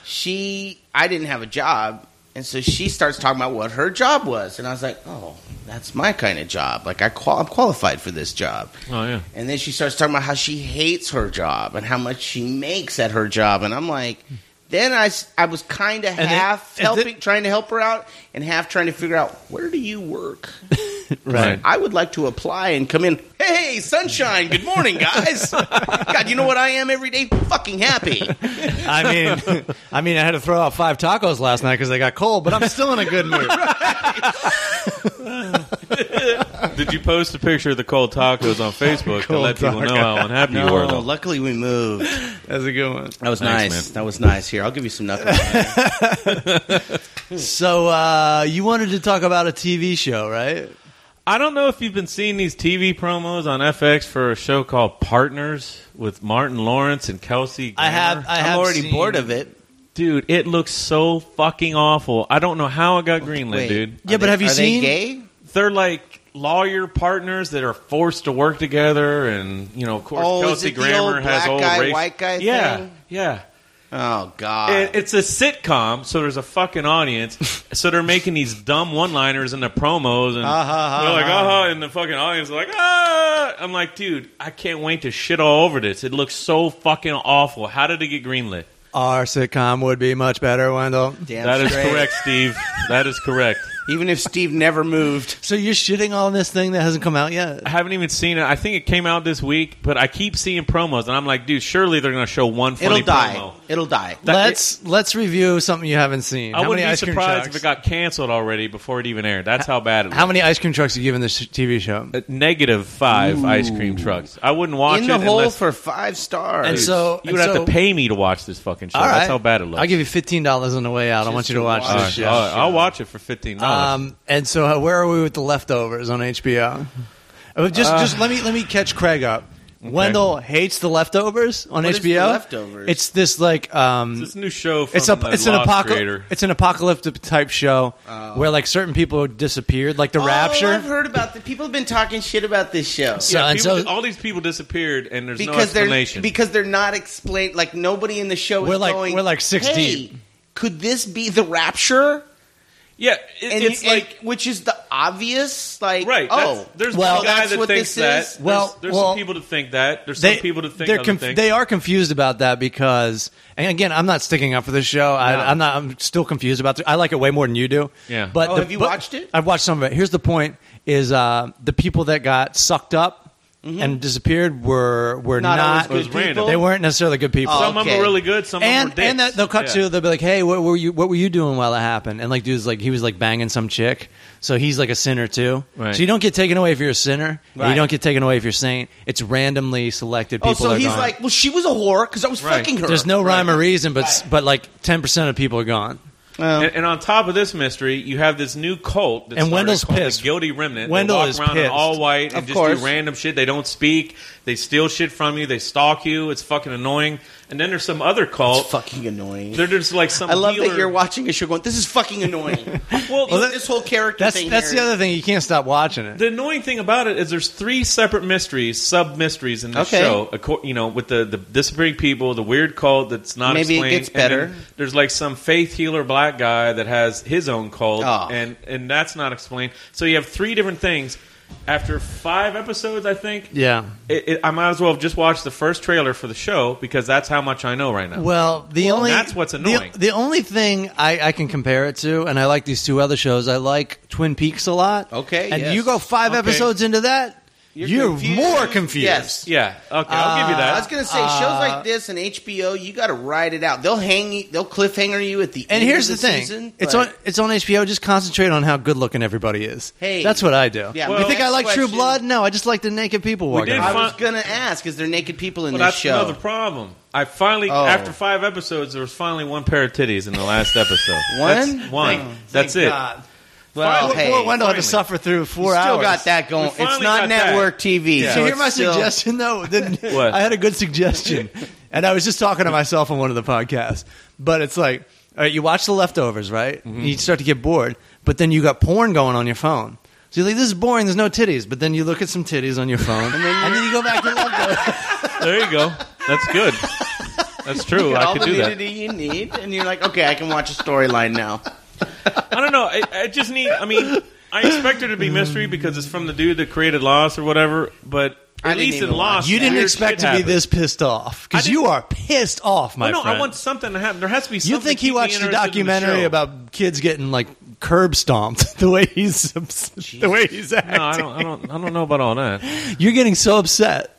S3: she I didn't have a job, and so she starts talking about what her job was, and I was like, oh, that's my kind of job. Like I qual- I'm qualified for this job.
S5: Oh yeah.
S3: And then she starts talking about how she hates her job and how much she makes at her job, and I'm like. Then I, s- I was kind of
S1: then-
S3: half
S1: and
S3: helping,
S1: then-
S3: trying to help her out, and half trying to figure out where do you work.
S5: Right.
S3: I would like to apply and come in. Hey, sunshine. Good morning, guys. God, you know what I am every day? Fucking happy.
S1: I mean, I mean, I had to throw out five tacos last night because they got cold, but I'm still in a good mood.
S5: Did you post a picture of the cold tacos on Facebook to
S1: Cold
S5: let people know how unhappy you were?
S3: No,
S5: Though?
S3: Oh, luckily we moved.
S1: That's a good one.
S3: That was
S5: Thanks,
S3: nice.
S5: man.
S3: That was nice. Here, I'll give you some knuckles.
S1: So uh, you wanted to talk about a TV show, right?
S5: I don't know if you've been seeing these TV promos on FX for a show called Partners with Martin Lawrence and Kelsey.
S1: I
S5: Grammer.
S1: have. I have
S3: I'm already
S1: seen-
S3: bored of it.
S5: dude. It looks so fucking awful. I don't know how it got greenlit,
S3: Wait.
S5: dude.
S1: Yeah,
S3: Are
S1: but
S3: they-
S1: have you
S3: are
S1: seen?
S3: They gay?
S5: They're like lawyer partners that are forced to work together, and you know, of course,
S3: Oh, is
S5: Kelsey
S3: it the
S5: Grammer
S3: old
S5: has
S3: black
S5: old
S3: guy,
S5: race-
S3: white guy
S5: Yeah,
S3: thing?
S5: yeah.
S3: Oh God.
S5: It, it's a sitcom, so there's a fucking audience. so they're making these dumb one-liners in the promos, and
S1: ha,
S5: they're like,
S1: ha,
S5: "Ah!" and the fucking audience is like, "Ah!" I'm like, dude, I can't wait to shit all over this. It looks so fucking awful. How did it get greenlit?
S1: Our sitcom would be much better, Wendell.
S3: Damn
S5: That is
S3: straight.
S5: correct, Steve. That is correct.
S3: Even if Steve never moved.
S1: So you're shitting on this thing that hasn't come out yet?
S5: I haven't even seen it. I think it came out this week, but I keep seeing promos, and I'm like, dude, surely they're gonna show one funny
S3: It'll die.
S5: promo.
S3: It'll die.
S5: That-
S1: let's let's review something you haven't seen.
S5: I
S1: How
S5: wouldn't
S1: many
S5: be
S1: ice cream
S5: surprised if
S1: trucks-
S5: it got canceled already before it even aired. That's how bad it
S1: How
S5: was.
S1: many ice cream trucks are you giving this TV show?
S5: Negative five ice cream trucks. I wouldn't watch
S3: In the
S5: it
S3: hole
S5: unless
S3: for five stars.
S1: And so
S5: you would
S1: and
S5: have
S1: uh, so-
S5: to pay me to watch this fucking show.
S1: All right.
S5: That's how bad it looks.
S1: I'll give you fifteen dollars on the way out. I want you to watch
S3: watch
S5: All
S1: this
S5: right,
S1: show.
S5: all right, I'll watch it for fifteen dollars.
S1: Um, and so, uh, where are we with the leftovers on HBO? Uh, Just, just let me let me catch Craig up. Wendell hates the leftovers on
S3: What is
S1: HBO.
S3: The Leftovers?
S1: It's this like um,
S5: this new show from
S1: it's a
S5: the
S1: it's an
S5: Lost
S1: apocalypse
S5: creator.
S1: it's an apocalyptic type show where like certain people disappeared, like the
S3: Oh, I've
S1: Rapture.
S3: heard about the people have been talking shit about this show.
S1: So,
S5: Yeah,
S1: and
S5: people-
S1: so
S5: all these people disappeared, and there's no
S3: because they're
S5: explanation.
S3: because they're not explained. Like nobody in the show
S1: We're
S3: is
S1: like-
S3: going.
S1: we're like six
S3: hey,
S1: deep."
S3: Could this be the rapture?
S5: yeah, it-
S3: And
S5: it's
S3: you- and-
S5: like
S3: which is the obvious, like
S5: right.
S3: Oh,
S5: that's- there's
S1: well,
S5: one guy
S3: that's
S5: that
S3: what this
S5: thinks that.
S3: is?
S5: There's-
S1: Well,
S5: there's
S1: well,
S5: some people that think that. There's some people that think
S1: they're
S5: other
S1: conf-
S5: things.
S1: they are confused about that because and again I'm not sticking up for this show I, I'm not I'm still confused about it I like it way more than you do
S5: Yeah.
S1: but
S3: Oh,
S1: the-
S3: have you
S1: but-
S3: watched it?
S1: I've watched some of it here's the point is uh, the people that got sucked up and disappeared were were
S3: Mm-hmm. Not
S1: not,
S3: always good
S5: It was random.
S3: people.
S5: people.
S1: they weren't necessarily good people
S5: some of them
S3: okay.
S5: are really good. Some
S1: and
S5: of them are
S1: and
S5: dicks.
S1: that they'll cut
S5: Yeah.
S1: to they'll be like, hey, what were you what were you doing while it happened? And like, dude's like, he was like banging some chick, so he's like a sinner too.
S5: Right.
S1: So you don't get taken away if you're a sinner, and
S3: Right.
S1: you don't get taken away if you're saint. It's randomly selected people.
S3: Oh, so
S1: are
S3: he's
S1: gone.
S3: like, well, she was a whore because I was
S5: Right.
S3: fucking her.
S1: there's no rhyme or reason, but s but like ten percent of people are gone.
S3: Um,
S5: And, and on top of this mystery, you have this new cult. That
S1: And
S5: started
S1: Wendell's
S5: called the
S1: pissed.
S5: Guilty Remnant.
S1: Wendell
S5: they walk
S1: is
S5: around in
S1: pissed.
S5: all white and
S3: Of
S5: just
S3: course.
S5: do random shit. They don't speak. They steal shit from you. They stalk you. It's fucking annoying. And then there's some other cult.
S3: It's fucking annoying.
S5: They're just like some.
S3: I love
S5: healer.
S3: that you're watching a show going, this is fucking annoying.
S5: Well,
S3: These-
S1: that-
S3: this whole character
S1: That's
S3: thing.
S1: that's
S3: here.
S1: the other thing. You can't stop watching it.
S5: the annoying thing about it is there's three separate mysteries, sub mysteries in the
S3: Okay.
S5: show. acco- You know, with the, the disappearing people, the weird cult that's not
S3: Maybe it
S5: explained.
S3: gets
S5: and then
S3: better.
S5: There's like some faith healer black guy that has his own cult,
S3: Oh.
S5: and and that's not explained. So you have three different things. After five episodes, I think
S1: yeah.
S5: it, it, I might as well have just watched the first trailer for the show because that's how much I know right now.
S1: Well, the only
S5: that's what's
S1: the-
S5: annoying.
S1: The, only thing I, I can compare it to, and I like these two other shows. I like Twin Peaks a lot.
S3: Okay,
S1: and
S3: yes.
S1: you go five
S5: Okay.
S1: episodes into that, You're, more confused. Uh,
S3: Yes.
S5: Yeah. Okay, I'll give you
S3: I was
S5: that.
S3: gonna say shows like this and HBO, you got to ride it out. They'll hang, you, they'll cliffhanger you at the
S1: And
S3: end
S1: here's the,
S3: of the,
S1: thing:
S3: season,
S1: it's
S3: but-
S1: on it's on HBO. Just concentrate on how good looking everybody is.
S3: Hey.
S1: that's what I do.
S3: Yeah,
S1: you
S3: well,
S1: think I
S3: next
S1: like True
S3: question.
S1: Blood? No, I just like the naked people walking.
S5: did
S1: around.
S3: I was
S5: Fun-
S3: gonna ask: Is there naked people in
S5: Well,
S3: this
S5: that's
S3: show?
S5: another problem. I finally,
S3: Oh.
S5: after five episodes, there was finally one pair of titties in the last episode.
S3: One?
S5: That's one. that's
S1: Thank
S5: it.
S1: God.
S3: well,
S5: Finally-
S3: hey,
S1: Poor Wendell had
S5: finally.
S1: to suffer through
S3: you
S1: four
S3: still
S1: hours.
S3: got that going.
S5: We
S3: It's
S5: finally
S3: not
S5: got that.
S3: network TV. so
S5: Yeah. Did
S1: Did you hear
S3: it's
S1: my
S3: still-
S1: suggestion though? Then-
S5: What?
S1: I had a good suggestion, and I was just talking to myself on one of the podcasts. But it's like, all right, you watch the leftovers, right?
S5: Mm-hmm.
S1: And you start to get bored, but then you got porn going on your phone. So you're like, this is boring. There's no titties. But then you look at some titties on your phone, and then, you go back to leftovers.
S5: There you go. That's good. That's true. I
S3: all
S5: could
S3: the
S5: do that.
S3: nudity you need, and you're like, okay, I can watch a storyline now.
S5: I don't know. I, I just need. I mean, I expect there to be mystery because it's from the dude that created Lost or whatever. But
S3: I
S5: at
S3: didn't
S5: least in
S3: even
S5: Lost,
S1: you didn't
S5: weird
S1: expect
S5: shit
S1: to be
S5: happened.
S1: this pissed off
S5: I
S1: because
S5: didn't-
S1: you are pissed off, my
S5: Well, Oh, no,
S1: friend.
S5: I want something to happen. There has to be. something
S1: you think
S5: to keep
S1: he
S5: me
S1: watched a
S5: interested in the
S1: documentary
S5: show.
S1: about kids getting like curb stomped the way he's the way he's acting?
S5: No, I don't. I don't. I don't know about all that.
S1: You're getting so upset.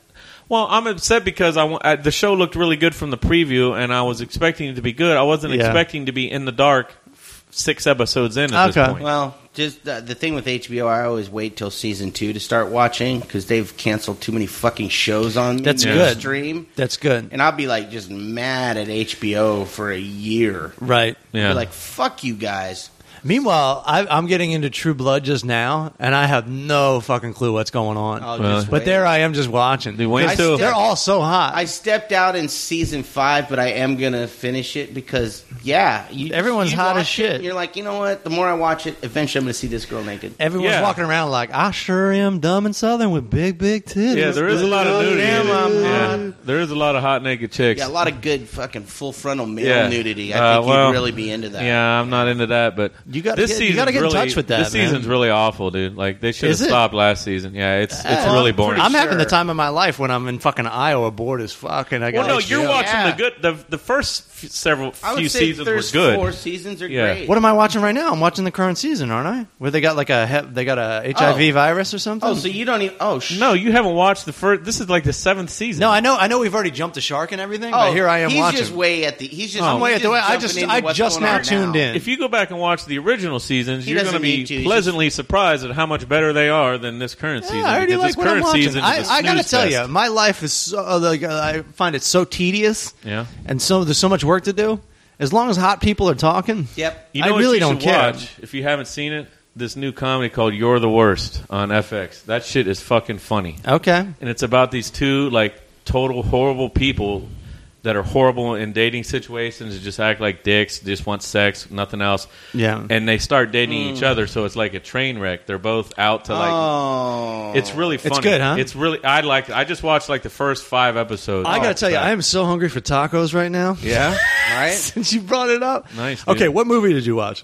S5: Well, I'm upset because I, wa- I the show looked really good from the preview, and I was expecting it to be good. I wasn't
S1: Yeah.
S5: expecting to be in the dark f- six episodes in at this
S1: Okay.
S5: point.
S3: Well, just uh, the thing with HBO, I always wait till season two to start watching because they've canceled too many fucking shows on me
S1: That's
S3: in
S1: good.
S3: stream.
S1: That's good,
S3: And I'll be like just mad at HBO for a year.
S1: right?
S5: yeah.
S3: Be like, fuck you guys.
S1: Meanwhile, I, I'm getting into True Blood just now, and I have no fucking clue what's going on.
S3: I'll
S5: Well,
S3: just
S1: but uh,
S3: wait.
S1: there I am just watching.
S5: Oh, Dude, Wayne
S1: They're-
S5: too.
S1: They're all so hot.
S3: I stepped out in season five, but I am gonna finish it because yeah, you,
S1: Everyone's
S3: you
S1: hot as
S3: watch it,
S1: shit.
S3: and you're like, you know what? The more I watch it, eventually I'm gonna see this girl naked.
S1: Everyone's
S5: Yeah.
S1: walking around like I sure am dumb and southern with big, big titties.
S5: yeah, there is a lot of
S3: Oh,
S5: nudity.
S3: damn,
S5: in it.
S3: I'm
S5: yeah. There is a lot of hot naked chicks.
S3: Yeah, a lot of good fucking full frontal male
S5: Yeah.
S3: nudity.
S5: Uh,
S3: I think
S5: well,
S3: you'd really be into that.
S5: Yeah, I'm not into that, but
S1: You gotta
S5: this
S1: get- you
S5: season's
S1: gotta get in
S5: really-
S1: touch with that,
S5: This
S1: man.
S5: season's really awful, dude. Like they should have
S1: Is it?
S5: stopped last season. Yeah, it's it's
S1: Yeah.
S5: really boring.
S1: I'm having
S3: sure.
S1: the time of my life when I'm in fucking Iowa, bored as fuck, and I got.
S5: well, no,
S1: HBO.
S5: you're watching
S3: Yeah.
S5: the good. The the first f- several
S3: I would
S5: few
S3: say
S5: seasons were
S3: there's
S5: good.
S3: Four seasons are
S5: Yeah.
S3: great.
S1: What am I watching right now? I'm watching the current season, aren't I? Where they got like a hep- they got a HIV
S3: Oh.
S1: virus or something.
S3: oh, so you don't even? Oh, sh-
S5: No, you haven't watched the first. This is like the seventh season.
S1: no, I know, I know. We've already jumped the shark and everything,
S3: Oh,
S1: but here I am
S3: he's
S1: watching.
S3: just way at the. He's just.
S5: I'm
S3: he's
S1: way at the way- I
S3: jumping
S1: just-
S3: into
S1: I
S3: what's
S1: just
S3: going
S1: now
S3: on
S1: tuned in.
S5: If you go back and watch the original seasons,
S3: He
S5: you're
S3: doesn't
S5: going to be
S3: need to. He's
S5: pleasantly surprised at how much better they are than this current season.
S1: Yeah, I already
S5: because
S1: like
S5: this
S1: what
S5: current
S1: I'm watching.
S5: season
S1: I,
S5: is a
S1: I gotta
S5: snooze
S1: tell
S5: fest.
S1: you, my life is so, uh, like uh, I find it so tedious.
S5: Yeah.
S1: and so there's so much work to do. As long as hot people are talking,
S3: Yep.
S5: You know
S1: I
S5: what
S1: really
S5: you
S1: don't
S5: should
S1: care.
S5: Watch, if you haven't seen it, this new comedy called "You're the Worst" on FX. That shit is fucking funny,
S1: Okay,
S5: and it's about these two like total horrible people that are horrible in dating situations. Just act like dicks, just want sex, nothing else.
S1: Yeah.
S5: and they start dating each other, so it's like a train wreck. They're both out to like.
S3: Oh,
S5: It's really funny.
S1: good, huh?
S5: It's really. I like. I just watched like the first five episodes.
S1: I gotta tell you, I am so hungry for tacos right now.
S5: Yeah.
S3: right.
S1: Since you brought it up,
S5: Nice, dude.
S1: Okay, what movie did you watch?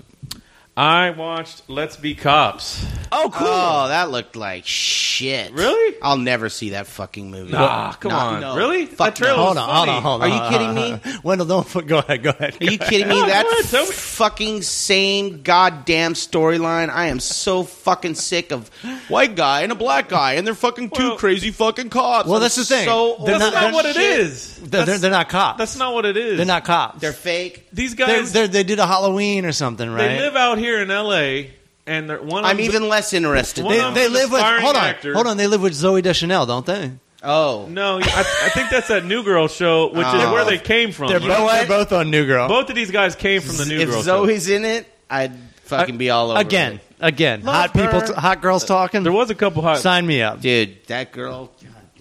S5: I watched Let's Be Cops.
S3: Oh, cool. Oh, that looked like shit.
S5: Really?
S3: I'll never see that fucking movie.
S5: Nah, come
S3: Nah,
S5: on.
S3: no.
S5: Really?
S3: Fuck
S5: that trailer
S3: no.
S5: was
S1: Uh, Hold on, hold
S5: funny.
S1: on, hold on.
S3: Are you
S1: hold
S3: kidding
S1: on,
S3: me?
S1: hold on. Wendell? Don't f- go ahead. Go ahead.
S3: Are you kidding me?
S5: No,
S3: that
S5: go ahead, tell me.
S3: fucking same goddamn storyline. I am so fucking sick of white guy and a black guy, and they're fucking two
S5: Well-
S3: crazy fucking cops.
S1: Well,
S3: I'm
S1: that's the thing.
S3: So
S1: They're
S3: over
S5: That's
S1: not-
S5: not,
S3: that
S5: what it
S3: shit.
S5: is.
S1: They're, they're,
S5: That's-
S1: they're not cops.
S5: That's not what it is.
S1: They're not cops.
S3: They're fake.
S5: These
S1: They're-
S5: guys.
S1: they're- they did a Halloween or something, right?
S5: They live out here in L.A. and they're one. of
S3: I'm
S5: them's-
S3: even less interested.
S5: One
S1: They-
S5: of
S1: they
S5: them's an
S1: live with.
S5: aspiring
S1: Hold on,
S5: actor.
S1: hold on. They live with Zoe Deschanel, don't they?
S3: Oh,
S5: No, I, I think that's that New Girl show, which is
S3: Oh.
S5: where they came from.
S1: They're
S5: You know
S1: both,
S5: what?
S1: they're both on New Girl.
S5: Both of these guys came from the New
S3: if
S5: Girl show.
S3: Zoe's in it, I'd fucking be all over
S1: again,
S3: it.
S1: again. hot people,
S3: her.
S1: hot girls talking.
S5: There was a couple hot.
S1: Sign me up.
S3: dude. That girl.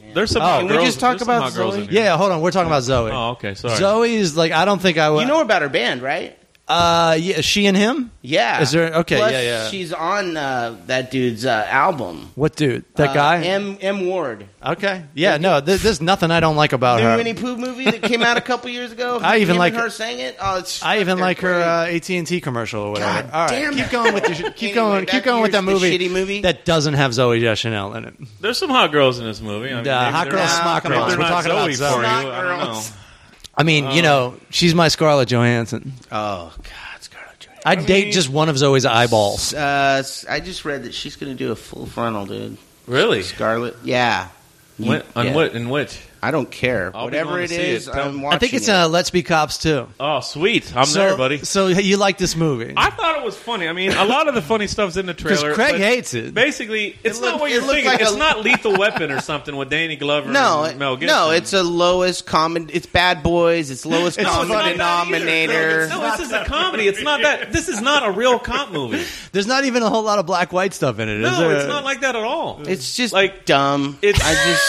S3: goddamn.
S5: There's some.
S1: Oh.
S5: hot
S1: Can
S3: we
S5: girls-
S3: just talk
S5: there's some
S3: about
S5: hot girls in
S3: Zoe?
S5: here.
S1: Yeah, hold on. We're talking about Zoe.
S5: Oh, okay. Sorry.
S1: Zoe is like I don't think I would.
S3: You know about her band, right?
S1: uh, yeah, she and him.
S3: Yeah.
S1: Is there- okay,
S3: Plus,
S1: yeah, yeah.
S3: She's on uh, that dude's uh, album.
S1: What dude? That
S3: Uh,
S1: guy.
S3: M M Ward.
S1: okay. Yeah. No. There, there's nothing I don't like about
S3: New
S1: her.
S3: Winnie Pooh movie that came out a couple years ago.
S1: Uh-huh. I even
S3: Him
S1: like
S3: and her
S1: it.
S3: sang it. Oh, it's
S1: I even
S3: they're
S1: like her
S3: great.
S1: uh, AT and T commercial or whatever.
S3: God
S1: All right,
S3: damn
S1: keep
S3: it.
S1: going with your, sh- keep
S3: Anyway,
S1: going,
S3: back
S1: keep
S3: to
S1: going with that
S3: your- the
S1: movie,
S3: shitty movie.
S1: that doesn't have Zoe Deschanel in it.
S5: There's some hot girls in this movie. I mean,
S1: Uh,
S5: maybe
S1: hot
S5: they're
S1: girls,
S5: not-
S1: smart
S5: maybe
S1: girls.
S5: they're
S1: We're
S5: not
S1: talking about
S5: Zoe
S1: Zoe.
S5: for you.
S3: Smart
S5: I don't know.
S3: girls.
S1: I mean,
S3: Uh.
S1: you know, she's my Scarlett Johansson.
S3: oh God, Scarlett Johansson.
S1: I'd date just one of Zoe's eyeballs.
S3: Uh, I just read that she's going to do a full frontal, dude.
S5: Really?
S3: Scarlet. Yeah. You-
S5: When- on
S3: yeah.
S5: what? In which?
S3: I don't care.
S5: I'll be
S3: Whatever
S5: going
S3: it
S5: to see
S3: is,
S5: it. Tell-
S3: I'm watching.
S5: I
S1: I think it's
S3: it.
S1: uh, Let's Be Cops too.
S5: Oh, sweet! I'm
S1: so,
S5: there, buddy.
S1: So you like this movie?
S5: I thought it was funny. I mean, a lot of the funny stuff's in the
S1: Because
S5: trailer.
S1: Craig
S5: but
S1: hates it.
S5: Basically, it's
S3: looked-
S5: not what
S3: it
S5: you're
S3: looked
S5: thinking.
S3: like
S5: it's
S3: a-
S5: not Lethal Weapon or something with Danny Glover
S3: No,
S5: and Mel
S3: it-
S5: Gibson.
S3: no, it's a lowest common. It's Bad Boys. It's lowest
S1: It's
S3: common
S1: not that
S3: denominator.
S5: No, this is a comedy. It's not that. This is not a real cop movie.
S1: There's not even a whole lot of black white stuff in it. is
S5: No,
S1: there?
S5: it's not like that at all.
S3: It's just
S5: Like-
S3: like dumb.
S5: It's-
S3: I just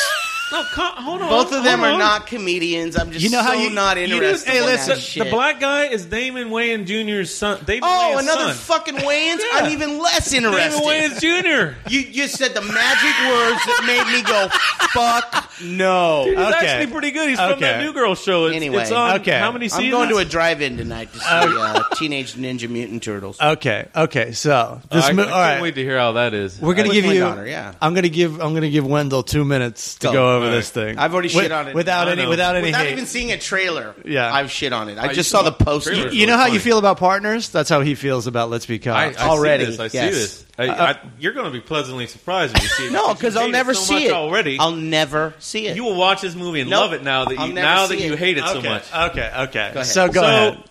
S5: no, co- hold on.
S3: both of them
S5: hold
S3: are
S5: on.
S3: not comedians. I'm just
S1: You know
S3: so
S1: how you-
S3: not
S5: You
S3: interested.
S5: hey,
S3: in
S5: listen.
S3: that
S5: The
S3: shit.
S5: black guy is Damon Wayans Jr.'s son. David
S3: Oh,
S5: Wayans
S3: another
S5: son.
S3: fucking Wayans.
S5: Yeah.
S3: I'm even less
S5: Damon
S3: interested.
S5: Wayans Jr.
S3: You just said the magic words that made me go fuck no.
S5: He's
S1: Okay.
S5: actually pretty good. He's from
S1: Okay.
S5: that New Girl show. It's,
S3: Anyway.
S5: it's on
S1: Okay.
S5: how many
S3: I'm
S5: seasons?
S3: going to a drive-in tonight to see uh, Teenage Ninja Mutant
S5: uh,
S3: Turtles.
S1: Okay, okay. So this
S5: I,
S1: mo-
S5: I
S1: all
S5: can't
S1: right.
S5: wait to hear how that is.
S1: We're gonna
S3: With
S1: give
S3: my
S1: you.
S3: daughter, yeah.
S1: I'm gonna give. I'm gonna give Wendell two minutes to
S3: Go.
S1: go over
S5: All right.
S1: this thing.
S3: I've already
S1: Wi-
S3: shit on it.
S1: without
S5: I
S1: any.
S5: know.
S1: Without any
S3: Without
S1: hate.
S3: even seeing a trailer,
S1: Yeah.
S3: I've shit on it. I,
S5: you
S3: just
S5: saw
S3: saw the
S5: the
S3: poster.
S5: trailer.
S1: you know how you
S5: Funny.
S1: feel about partners? That's how he feels about Let's Be
S5: I, I
S1: Cops.
S5: see
S3: Already,
S5: this. I
S3: yes. Uh,
S5: see this. I, I, you're going to be pleasantly surprised when you see it.
S3: No,
S5: you
S3: because I'll
S5: hate
S3: never
S5: so
S3: see
S5: much
S3: it.
S5: Already,
S3: I'll never see it.
S5: you will watch this movie and
S3: Nope.
S5: love it now that
S3: I'll
S5: you
S3: never
S5: now that
S3: see
S5: you
S3: it.
S5: hate it so
S1: okay,
S5: much.
S1: Okay. Okay.
S3: ahead.
S1: so go
S5: Uh, so,
S1: ahead.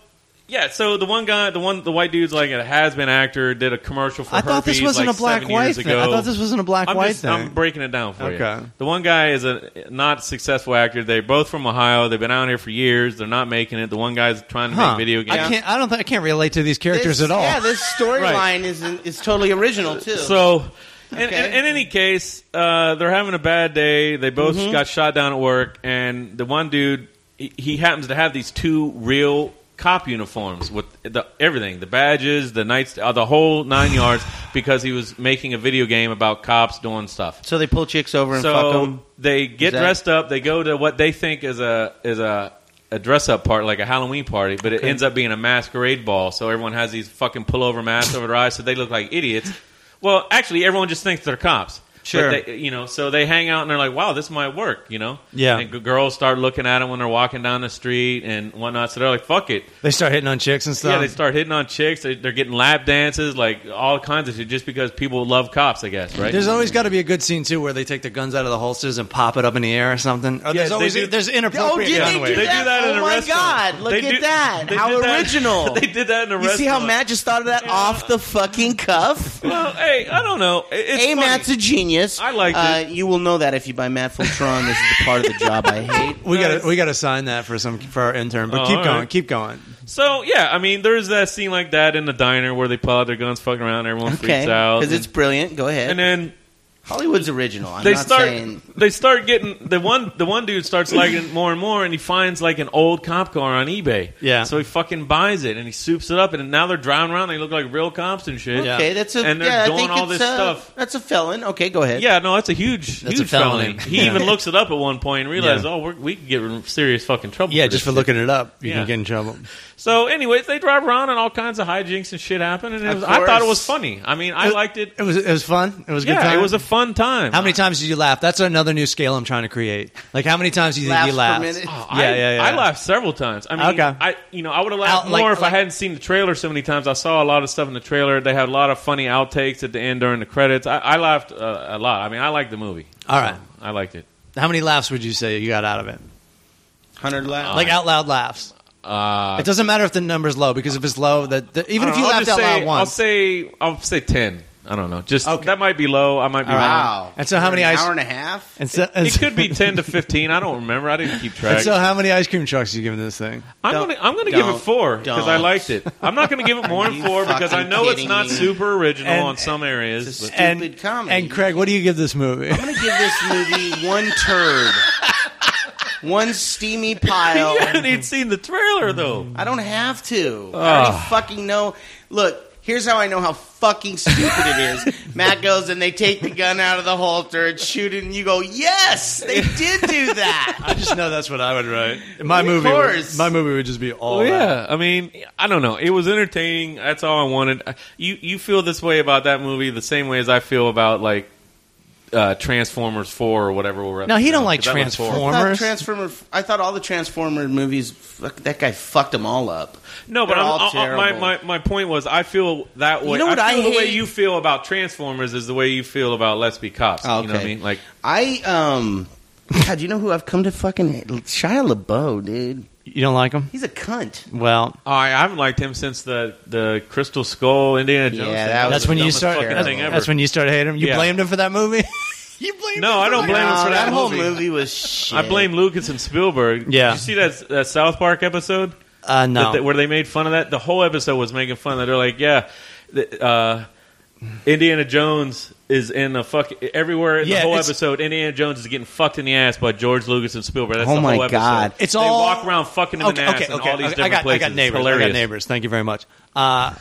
S5: Yeah, so the one guy, the one, the white dude's like a has-been actor, did a commercial for
S1: I thought this
S5: Herpes,
S1: wasn't
S5: like,
S1: a black
S5: seven
S1: white
S5: years
S1: thing.
S5: ago.
S1: I thought this wasn't a black
S5: I'm
S1: white
S5: just,
S1: thing.
S5: I'm breaking it down for
S1: Okay.
S5: you. The one guy is a not successful actor. They're both from Ohio. They've been out here for years. They're not making it. The one guy's trying to
S1: Huh.
S5: make video games.
S1: I can't. I don't. think I can't relate to these characters
S3: This-
S1: at all.
S3: Yeah, this storyline
S5: Right.
S3: is is totally original too.
S5: So, in, in,
S3: Okay.
S5: in any case, uh, they're having a bad day. They both
S3: Mm-hmm.
S5: got shot down at work, and the one dude he, he happens to have these two real cop uniforms with the everything, the badges, the knights, uh, the whole nine yards, because he was making a video game about cops doing stuff.
S3: so they pull chicks over and fuck
S5: So
S3: them.
S5: they get
S3: Is that-
S5: dressed up. They go to what they think is a is a a dress up party, like a Halloween party, but it ends up being a masquerade ball. So everyone has these fucking pullover masks over their eyes, so they look like idiots. Well, actually, everyone just thinks they're cops.
S3: Sure.
S5: But they, you know, so they hang out and they're like, "Wow, this might work," you know.
S1: Yeah.
S5: And g- girls start looking at them when they're walking down the street and whatnot. So they're like, "Fuck it."
S1: They start hitting on chicks and stuff.
S5: yeah, they start hitting on chicks. They're, they're getting lap dances, like all kinds of shit, just because people love cops, I guess. Right.
S1: There's always got to be a good scene too where they take the guns out of the holsters and pop it up in the air or something. Or there's
S5: they
S1: always
S5: do-
S1: there's
S3: Oh,
S1: inappropriate
S3: did
S1: gun
S3: they do
S1: wave.
S5: They do
S3: that?
S5: that in
S3: oh
S5: a
S3: my
S5: restaurant.
S3: god! Look
S5: They
S3: at
S5: do-
S3: that!
S5: they
S3: How
S5: did that-
S3: original!
S5: they did that in a
S3: you see how
S5: restaurant.
S3: Matt just thought of that off the fucking cuff?
S5: Well, hey, I don't know. It- It's
S3: A
S5: funny.
S3: Matt's a genius.
S5: I liked
S3: uh,
S5: it.
S3: You will know that if you buy Matt Fultron. this is the part of the job I hate.
S1: We got
S5: Nice.
S1: to we got to sign that for some for our intern. But
S5: Oh,
S1: keep
S5: all
S1: going,
S5: right.
S1: keep going.
S5: So yeah, I mean, there's that scene like that in the diner where they pull out their guns, fucking around, everyone
S3: Okay,
S5: freaks out,
S3: because it's
S5: and-
S3: brilliant. Go ahead.
S5: and then
S3: Hollywood's original. I'm
S5: they
S3: not
S5: start
S3: saying
S5: they start getting the one the one dude starts liking it more and more, and he finds like an old cop car on eBay.
S1: Yeah.
S5: so he fucking buys it and he soups it up, and now they're driving around. They look like real cops and shit.
S1: Yeah.
S3: okay. That's a
S5: And they're
S3: yeah,
S5: doing
S3: I think
S5: all
S3: it's,
S5: this
S3: uh,
S5: stuff.
S3: That's a felon. Okay, go ahead.
S5: Yeah, no, that's a huge,
S1: That's a
S5: huge felony.
S1: felony.
S5: He
S1: Yeah.
S5: even looks it up at one point and realizes,
S1: Yeah.
S5: oh, we're, we could get in serious fucking trouble.
S1: Yeah,
S5: for
S1: just
S5: this
S1: for
S5: shit.
S1: looking it up, you
S5: Yeah.
S1: can get in trouble.
S5: So, anyways, they drive around and all kinds of hijinks and shit happen, and it was, I thought it was funny. I mean, I liked it.
S1: It was it was fun. It was a good
S5: Yeah,
S1: time.
S5: it was a fun time.
S1: how many times did you laugh? That's another new scale I'm trying to create. Like how many times do you think
S3: Laughs
S1: you
S3: per
S1: laughed?
S3: minute.
S5: Oh,
S1: yeah,
S5: I,
S1: yeah, yeah.
S5: I laughed several times. I mean,
S1: Okay.
S5: I you know I would have laughed
S1: Out- like-
S5: more if
S1: like-
S5: I hadn't seen the trailer so many times. I saw a lot of stuff in the trailer. They had a lot of funny outtakes at the end during the credits. I, I laughed uh, a lot. I mean, I liked the movie. Um,
S1: All right.
S5: I liked it.
S1: How many laughs would you say you got out of it?
S3: hundred laps.
S1: Like out loud laughs.
S5: Uh,
S1: It doesn't matter if the number's low because if it's low, that that- even if you
S5: I'll
S1: laughed out
S5: just say,
S1: loud once.
S5: I'll say I'll say ten. I don't know. Just
S1: Okay.
S5: that might be low. I might be wrong.
S3: wow.
S1: And so how
S3: For
S1: many
S3: an
S1: ice-
S3: hour and a half?
S1: and so, and
S5: It
S1: so-
S5: could be ten to fifteen. I don't remember. I didn't keep track.
S1: and so how many ice cream trucks are you giving this thing?
S5: I'm
S3: Don't-
S5: gonna I'm gonna give it
S3: don't-
S5: four because I
S3: don't.
S5: liked it. I'm not gonna give it more than
S3: you
S5: four because I
S3: fucking
S5: know it's
S3: kidding
S5: not
S3: me?
S5: super original
S1: And-
S5: on some areas.
S3: It's
S5: but-
S3: a stupid comedy.
S1: And Craig, what do you give this movie?
S3: I'm gonna give this movie one turd, one steamy pile.
S5: you haven't even seen the trailer though.
S3: I don't have to. I already
S5: Ah.
S3: fucking know. Look, here's how I know how fucking stupid it is. Matt goes and they take the gun out of the halter and shoot it, and you go, "Yes, they did do that."
S1: I just know that's what I would write. My
S3: Of
S1: movie,
S3: course.
S1: would, my movie would just be all.
S5: Well,
S1: that.
S5: yeah, I mean, I don't know. It was entertaining. That's all I wanted. You you feel this way about that movie the same way as I feel about like uh, Transformers Four or whatever. We're up
S1: No,
S5: to
S1: he don't like
S5: 'cause that was four.
S1: Transform-
S3: I thought
S1: Transformers?
S3: Transformer. I thought all the Transformer movies. Fuck, that guy fucked them all up.
S5: No, but
S3: They're
S5: I'm,
S3: all
S5: I- I- my,
S3: terrible.
S5: my my point was I feel that way.
S3: You know what
S5: I feel
S3: I
S5: the way
S3: hate?
S5: you feel about Transformers is the way you feel about Let's Be Cops.
S3: Oh,
S5: You know what I
S3: okay.
S5: mean? Like
S3: I um. God, you know who I've come to fucking hate? Shia LaBeouf, dude.
S1: You don't like him?
S3: He's a cunt.
S1: Well,
S5: I I haven't liked him since the the Crystal Skull Indiana
S3: Yeah,
S5: Jones. thing.
S3: that was
S1: that's
S3: the
S1: when you
S5: dumbest
S1: start.
S5: fucking
S1: That's,
S5: thing ever.
S1: that's when you start hating him. You
S5: Yeah.
S1: blamed him for that movie. you blamed.
S5: No, I don't blame him for
S3: No,
S5: that,
S3: whole
S5: movie.
S3: movie was shit.
S5: I blame Lucas and Spielberg.
S1: Yeah.
S5: Did you see that, that South Park episode
S1: Uh, no.
S5: That they- where they made fun of that? The whole episode was making fun of that. They're like, yeah, the, uh, Indiana Jones is in the fuck everywhere in
S1: Yeah,
S5: the whole
S1: it's-
S5: episode. Indiana Jones is getting fucked in the ass by George Lucas and Spielberg. That's
S3: Oh
S5: the
S3: my
S5: whole episode.
S3: God.
S1: It's
S5: they
S1: all-
S5: walk around fucking him in the ass in all these different
S1: I got,
S5: places.
S1: I got
S5: It's
S1: neighbors. I got
S5: hilarious.
S1: neighbors. Thank you very much. Uh,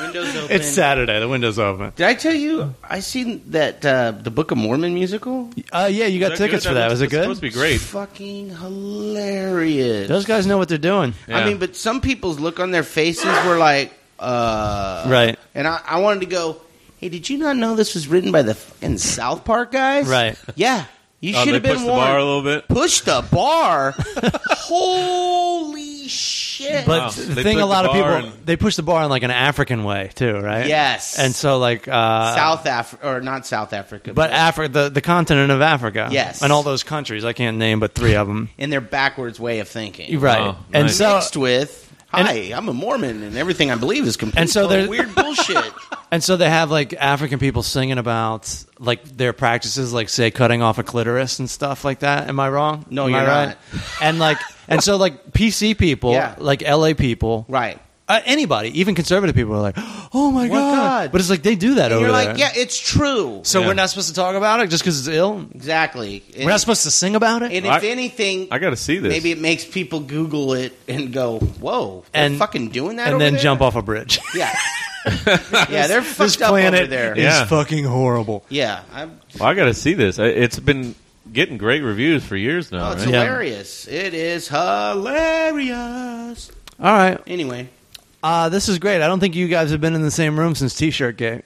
S3: Windows open.
S1: it's Saturday. The window's open.
S3: Did I tell you I seen that uh, the Book of Mormon musical?
S1: Uh, yeah, you got
S5: Is
S1: tickets
S5: good?
S1: for that.
S5: That's-
S1: Was it
S5: that's Supposed to
S1: good?
S5: be great.
S3: Fucking hilarious.
S1: Those guys know what they're doing.
S5: Yeah.
S3: I mean, but some people's look on their faces were like, uh,
S1: Right.
S3: And I, I wanted to go. Hey, did you not know this was written by the fucking South Park guys?
S1: Right.
S3: Yeah. You
S5: Oh,
S3: should
S5: they
S3: have been
S5: pushed the bar a
S3: warned.
S5: little bit.
S3: Push the bar. Holy shit!
S1: But
S5: Wow.
S1: the
S5: They
S1: thing,
S5: took
S1: a lot
S5: the
S1: of
S5: bar
S1: people
S5: and-
S1: they push the bar in like an African way too, right?
S3: Yes.
S1: And so like uh,
S3: South Africa, or not South Africa,
S1: but Africa, the, the continent of Africa.
S3: Yes.
S1: And all those countries, I can't name but three of them.
S3: in their backwards way of thinking.
S1: Right.
S5: Oh,
S1: and
S5: nice.
S1: so
S3: Mixed with,
S1: and-
S3: hi, I'm a Mormon, and everything I believe is complete
S1: And so
S3: total
S1: there's-
S3: weird bullshit.
S1: and so they have like African people singing about like their practices, like say cutting off a clitoris and stuff like that. Am I wrong?
S3: No,
S1: Am I
S3: you're
S1: right?
S3: not.
S1: And like and so like PC people,
S3: Yeah.
S1: like LA people,
S3: right.
S1: uh, anybody, even conservative people are like, oh my god.
S3: God.
S1: But it's like they do that
S3: And
S1: over
S3: you're like,
S1: there.
S3: yeah, it's true.
S1: So
S5: Yeah.
S1: we're not supposed to talk about it just because it's ill.
S3: Exactly. And,
S1: We're not supposed to sing about it.
S3: and
S5: I-
S3: if anything,
S5: I got to see this.
S3: maybe it makes people Google it and go, whoa, they're
S1: And-
S3: fucking doing that
S1: and
S3: over
S1: then
S3: there?
S1: jump off a bridge.
S3: Yeah. yeah, they're
S1: this
S3: fucked up
S1: planet
S3: over there.
S1: is
S5: Yeah.
S1: fucking horrible.
S3: yeah. I'm,
S5: Well, I got to see this. I- It's been getting great reviews for years now.
S3: oh, it's
S5: right?
S1: Yeah.
S3: hilarious. It is hilarious.
S1: All right.
S3: Anyway.
S1: Uh, this is great. I don't think you guys have been in the same room since T-shirt gate.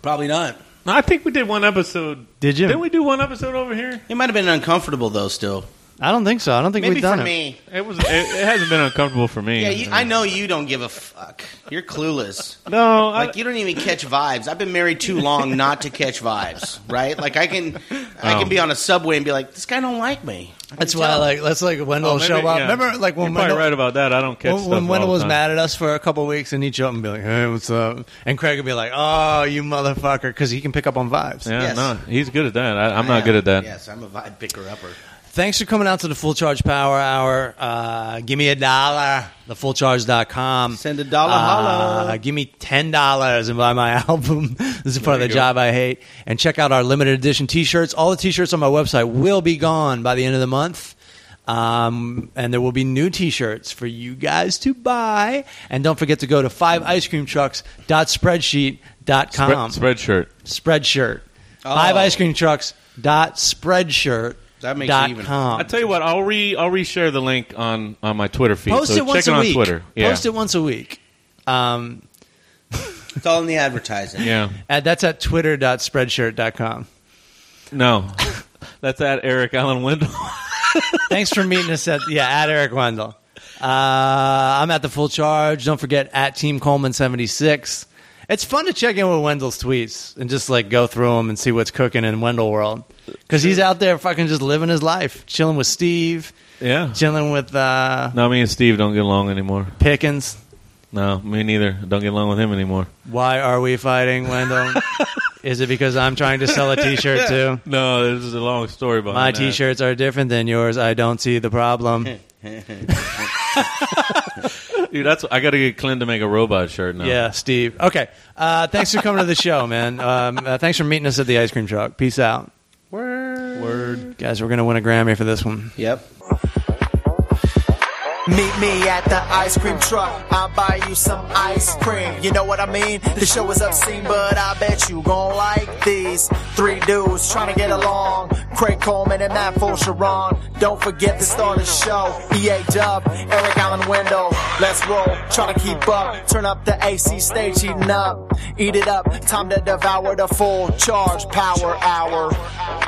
S3: Probably not.
S5: No, I think we did one episode.
S1: Did you?
S5: Didn't we do one episode over here?
S3: It might have been uncomfortable, though, still.
S1: I don't think so. I don't think
S3: Maybe
S1: we've done
S3: for
S1: it.
S3: me.
S5: It was. It, it hasn't been uncomfortable for me.
S3: Yeah, you, I know you don't give a fuck. You're clueless.
S5: no, I,
S3: Like you don't even catch vibes. I've been married too long not to catch vibes, right? Like I can, I
S5: Oh.
S3: can be on a subway and be like, "This guy don't like me." I
S1: That's
S3: can
S1: why,
S3: tell.
S1: like, that's like Wendell
S5: Oh, maybe-
S1: show up.
S5: yeah.
S1: Remember, like when
S5: you're probably
S1: Wendell,
S5: right about that. I don't catch
S1: when,
S5: stuff
S1: when
S5: all
S1: Wendell
S5: the
S1: was
S5: time.
S1: mad at us for a couple weeks, and he'd show up and be like, "Hey, what's up?" And Craig would be like, "Oh, you motherfucker," because he can pick up on vibes.
S5: Yeah,
S3: Yes.
S5: no, he's good at that. I, I'm
S3: I
S5: not
S3: am.
S5: good at that.
S3: Yes, I'm a vibe picker upper.
S1: Thanks for coming out to the Full Charge Power Hour. Uh, give me a dollar, thefullcharge.com.
S3: Send a dollar, holla.
S1: Uh, Give me $10 and buy my album. this is part of the
S5: you go.
S1: job I hate. And check out our limited edition t shirts. All the t shirts on my website will be gone by the end of the month. Um, and there will be new t shirts for you guys to buy. And don't forget to go to 5icecreamtrucks.spreadsheet.com.
S5: Spread, spreadshirt.
S1: Spreadshirt.
S3: Oh.
S1: Five ice cream trucks dot spreadshirt.
S3: That makes
S1: dot
S3: it even.
S1: com.
S5: I tell you what, I'll re I'll reshare the link on on my Twitter feed.
S1: Post
S5: so
S1: it once
S5: check
S1: a
S5: it on
S1: week.
S5: Twitter. Yeah.
S1: Post it once a week. Um,
S3: Ah, It's all in the advertising.
S5: Yeah.
S1: at, that's at twitter.spreadshirt.com.
S5: No. That's at Eric Allen Wendell.
S1: Thanks for meeting us at yeah at Eric Wendell. Uh, I'm at the full charge. Don't forget at Team Coleman seventy six. It's fun to check in with Wendell's tweets and just like go through them and see what's cooking in Wendell world because he's out there fucking just living his life, chilling with Steve,
S5: yeah.
S1: chilling with uh,
S5: No, me and Steve don't get along anymore.
S1: Pickens.
S5: No, me neither. I Don't get along with him anymore.
S1: Why are we fighting, Wendell? Is it because I'm trying to sell a T-shirt too?
S5: No, this is a long story behind
S1: My
S5: that.
S1: T-shirts are different than yours. I don't see the problem.
S5: Dude, that's I got to get Clint to make a robot shirt now.
S1: Yeah, Steve. Okay. Uh, thanks for coming to the show, man. Um, uh, thanks for meeting us at the ice cream truck. Peace out,
S3: Word.
S1: guys. We're gonna win a Grammy for this one.
S3: Yep.
S4: Meet me at the ice cream truck. I'll buy you some ice cream. You know what I mean? The show is obscene, but I bet you gon' like these three dudes trying to get along. Craig Coleman and Matt Sharon. Don't forget to start the show. EA Dub, Eric Allen Window. Let's roll. Try to keep up. Turn up the AC stage, heating up. Eat it up. Time to devour the full charge power hour.